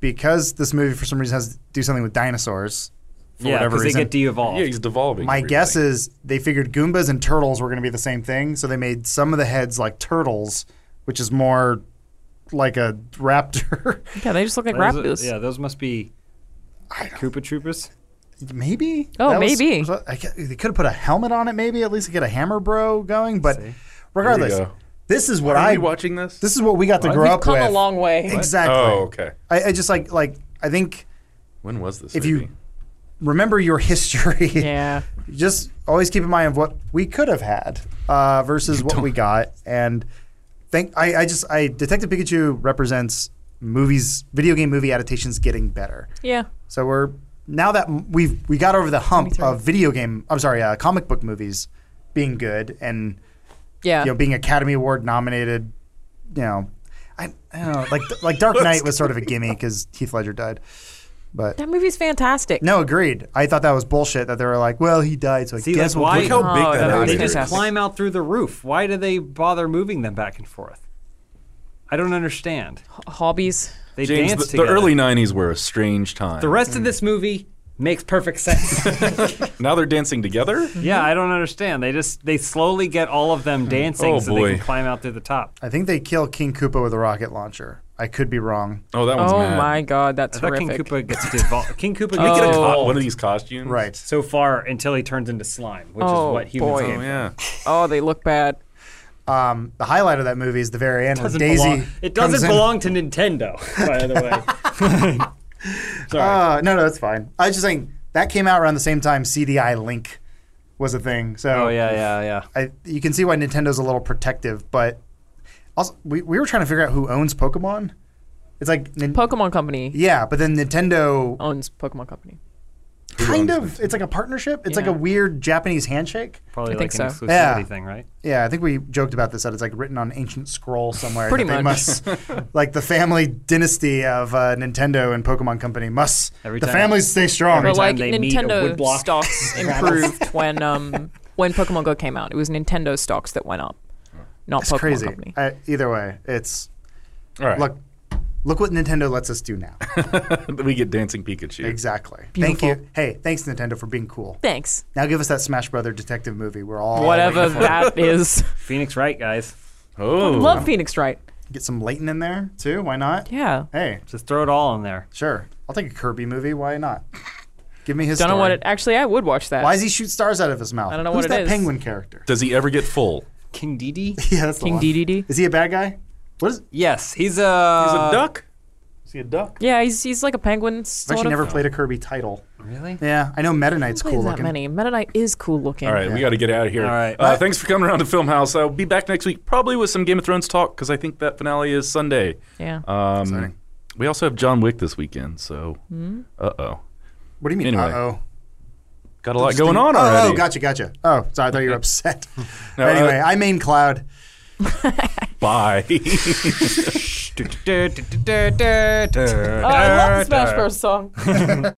S2: because this movie for some reason has to do something with dinosaurs for
S1: yeah,
S2: whatever
S1: because they
S2: reason.
S1: get de-evolved.
S3: Yeah, he's devolving.
S2: my
S3: everything.
S2: guess is they figured Goombas and turtles were going to be the same thing, so they made some of the heads like turtles, which is more like a raptor.
S4: Yeah, they just look like
S1: Those
S4: raptors.
S1: are- yeah, those must be Koopa Troopers.
S2: maybe.
S4: Oh,
S2: That was-
S4: maybe.
S2: I ca- they could have put a helmet on it. Maybe at least get a hammer bro going. But
S1: See.
S2: regardless,
S3: Here we go.
S2: this is what
S3: Are
S2: I
S3: you watching this?
S2: This is what we got to grow
S4: We've
S2: up
S4: come
S2: with.
S4: a long way.
S2: Exactly.
S3: oh, okay.
S2: I, I just like like I think
S3: When was this?
S2: if
S3: movie?
S2: you remember your history,
S4: Yeah.
S2: just always keep in mind of what we could have had uh, versus what we got. And think I, I just I Detective Pikachu represents movies, video game movie adaptations getting better.
S4: Yeah.
S2: So we're now that m- we've we got over the hump
S4: 23.
S2: of video game. I'm sorry, uh, comic book movies being good and
S4: Yeah.
S2: you know being Academy Award nominated. You know, I, I don't know like like Dark Knight was sort of a gimme because Heath Ledger died. But
S4: that movie's fantastic.
S2: no, agreed. I thought that was bullshit that they were like, well, he died, so I
S1: See,
S2: guess
S1: that's
S2: we'll
S1: why
S2: put-
S3: Look how big
S4: Oh,
S3: that
S4: that was
S1: they
S3: elevator
S1: just
S3: is.
S4: fantastic.
S1: climb out through the roof. Why do they bother moving them back and forth? I don't understand.
S4: Hobbies.
S1: They
S3: James,
S1: dance
S3: the, the
S1: together.
S3: early '90s were a strange time.
S1: The rest of this movie Makes perfect sense.
S3: Now they're dancing together.
S1: yeah, I don't understand. They just they slowly get all of them dancing
S3: Oh,
S1: so they
S3: boy.
S1: can climb out through the top.
S2: I think they kill King Koopa with a rocket launcher. I could be wrong.
S3: Oh, that one's
S4: Oh
S3: mad.
S4: my god, that's
S1: I thought King
S4: horrific.
S1: Koopa gets devolved. King Koopa gets
S3: Can we get a co-
S1: devolved
S3: one of these costumes?
S2: Right.
S1: so far until he turns into slime, which
S4: Oh,
S1: is what humans
S4: boy.
S1: get.
S3: Oh yeah.
S4: Oh, they look bad.
S2: Um, the highlight of that movie is the very end where
S1: Doesn't
S2: Daisy.
S1: belong- it
S2: comes
S1: doesn't
S2: in-
S1: belong to Nintendo, by the way. Sorry.
S2: Uh, no, no, that's fine. I was just saying that came out around the same time CDI Link was a thing. So
S1: oh yeah, yeah, yeah.
S2: I, you can see why Nintendo's a little protective, but also we, we were trying to figure out who owns Pokemon. It's like nin-
S4: Pokemon Company
S2: yeah, but then
S1: Oh,
S2: Nintendo
S4: owns Pokemon Company.
S2: kind
S3: owns
S2: of it's like a partnership. It's like
S4: Yeah.
S2: a weird Japanese handshake.
S1: Probably
S4: I
S1: like
S4: think
S1: an
S4: so.
S1: exclusivity
S2: Yeah.
S1: thing, right?
S2: Yeah, I think we joked about this that it's like written on ancient scroll somewhere.
S4: Pretty
S2: that they
S4: much.
S2: must- like the family dynasty of uh, Nintendo and Pokemon Company must.
S1: Every
S2: the
S1: time-
S2: families stay strong.
S1: every
S4: But like
S1: time they meet, a
S4: Nintendo
S1: woodblock
S4: stocks improved when um when Pokemon Go came out. It was Nintendo stocks that went up, not
S2: It's
S4: Pokemon
S2: crazy.
S4: Company.
S2: I, either way, it's
S3: All right.
S2: look. Look what Nintendo lets us do now.
S3: we get dancing Pikachu.
S2: exactly.
S4: Beautiful.
S2: Thank you. Hey, thanks Nintendo for being cool.
S4: Thanks.
S2: Now give us that Smash Brother detective movie. We're all
S4: Whatever that is.
S1: Phoenix Wright, guys.
S3: Oh.
S4: Love Phoenix Wright.
S2: Get some Leighton in there too. Why not?
S4: Yeah.
S2: Hey,
S1: Just throw it all in there.
S2: sure. I'll take a Kirby movie. Why not? Give me his.
S4: Don't know what
S2: story.
S4: it actually I would watch that.
S2: Why does he shoot stars out of his mouth?
S4: I don't know
S2: Who's
S4: what it
S2: that
S4: is.
S2: penguin character?
S3: Does he ever get full?
S1: King Dedede?
S2: Yeah, that's the
S4: King
S2: one.
S4: DDD?
S2: Is he a bad guy? What is?
S1: Yes, he's a.
S3: He's a duck. Is he a duck?
S4: Yeah, he's he's like a penguin
S2: I've
S4: sort
S2: actually
S4: of.
S2: never played a Kirby title.
S1: Really?
S2: Yeah, I know Meta Knight's
S4: Played
S2: cool
S4: that
S2: looking.
S4: many. Meta Knight is cool looking.
S3: All right, we got to get out of here.
S1: All right.
S3: Uh, thanks for coming around to Filmhouse. I'll be back next week, probably with some Game of Thrones talk, because I think that finale is Sunday.
S4: Yeah.
S3: Um,
S2: Exciting.
S3: We also have John Wick this weekend, so uh oh,
S2: What do you mean?
S3: Anyway,
S2: Uh-oh.
S3: got a lot going on
S2: oh,
S3: already.
S2: Oh, gotcha, gotcha. Oh, sorry, I thought you were upset.
S3: No,
S2: anyway,
S3: uh,
S2: I main Cloud.
S3: Bye.
S4: oh, I love the Smash Bros. song.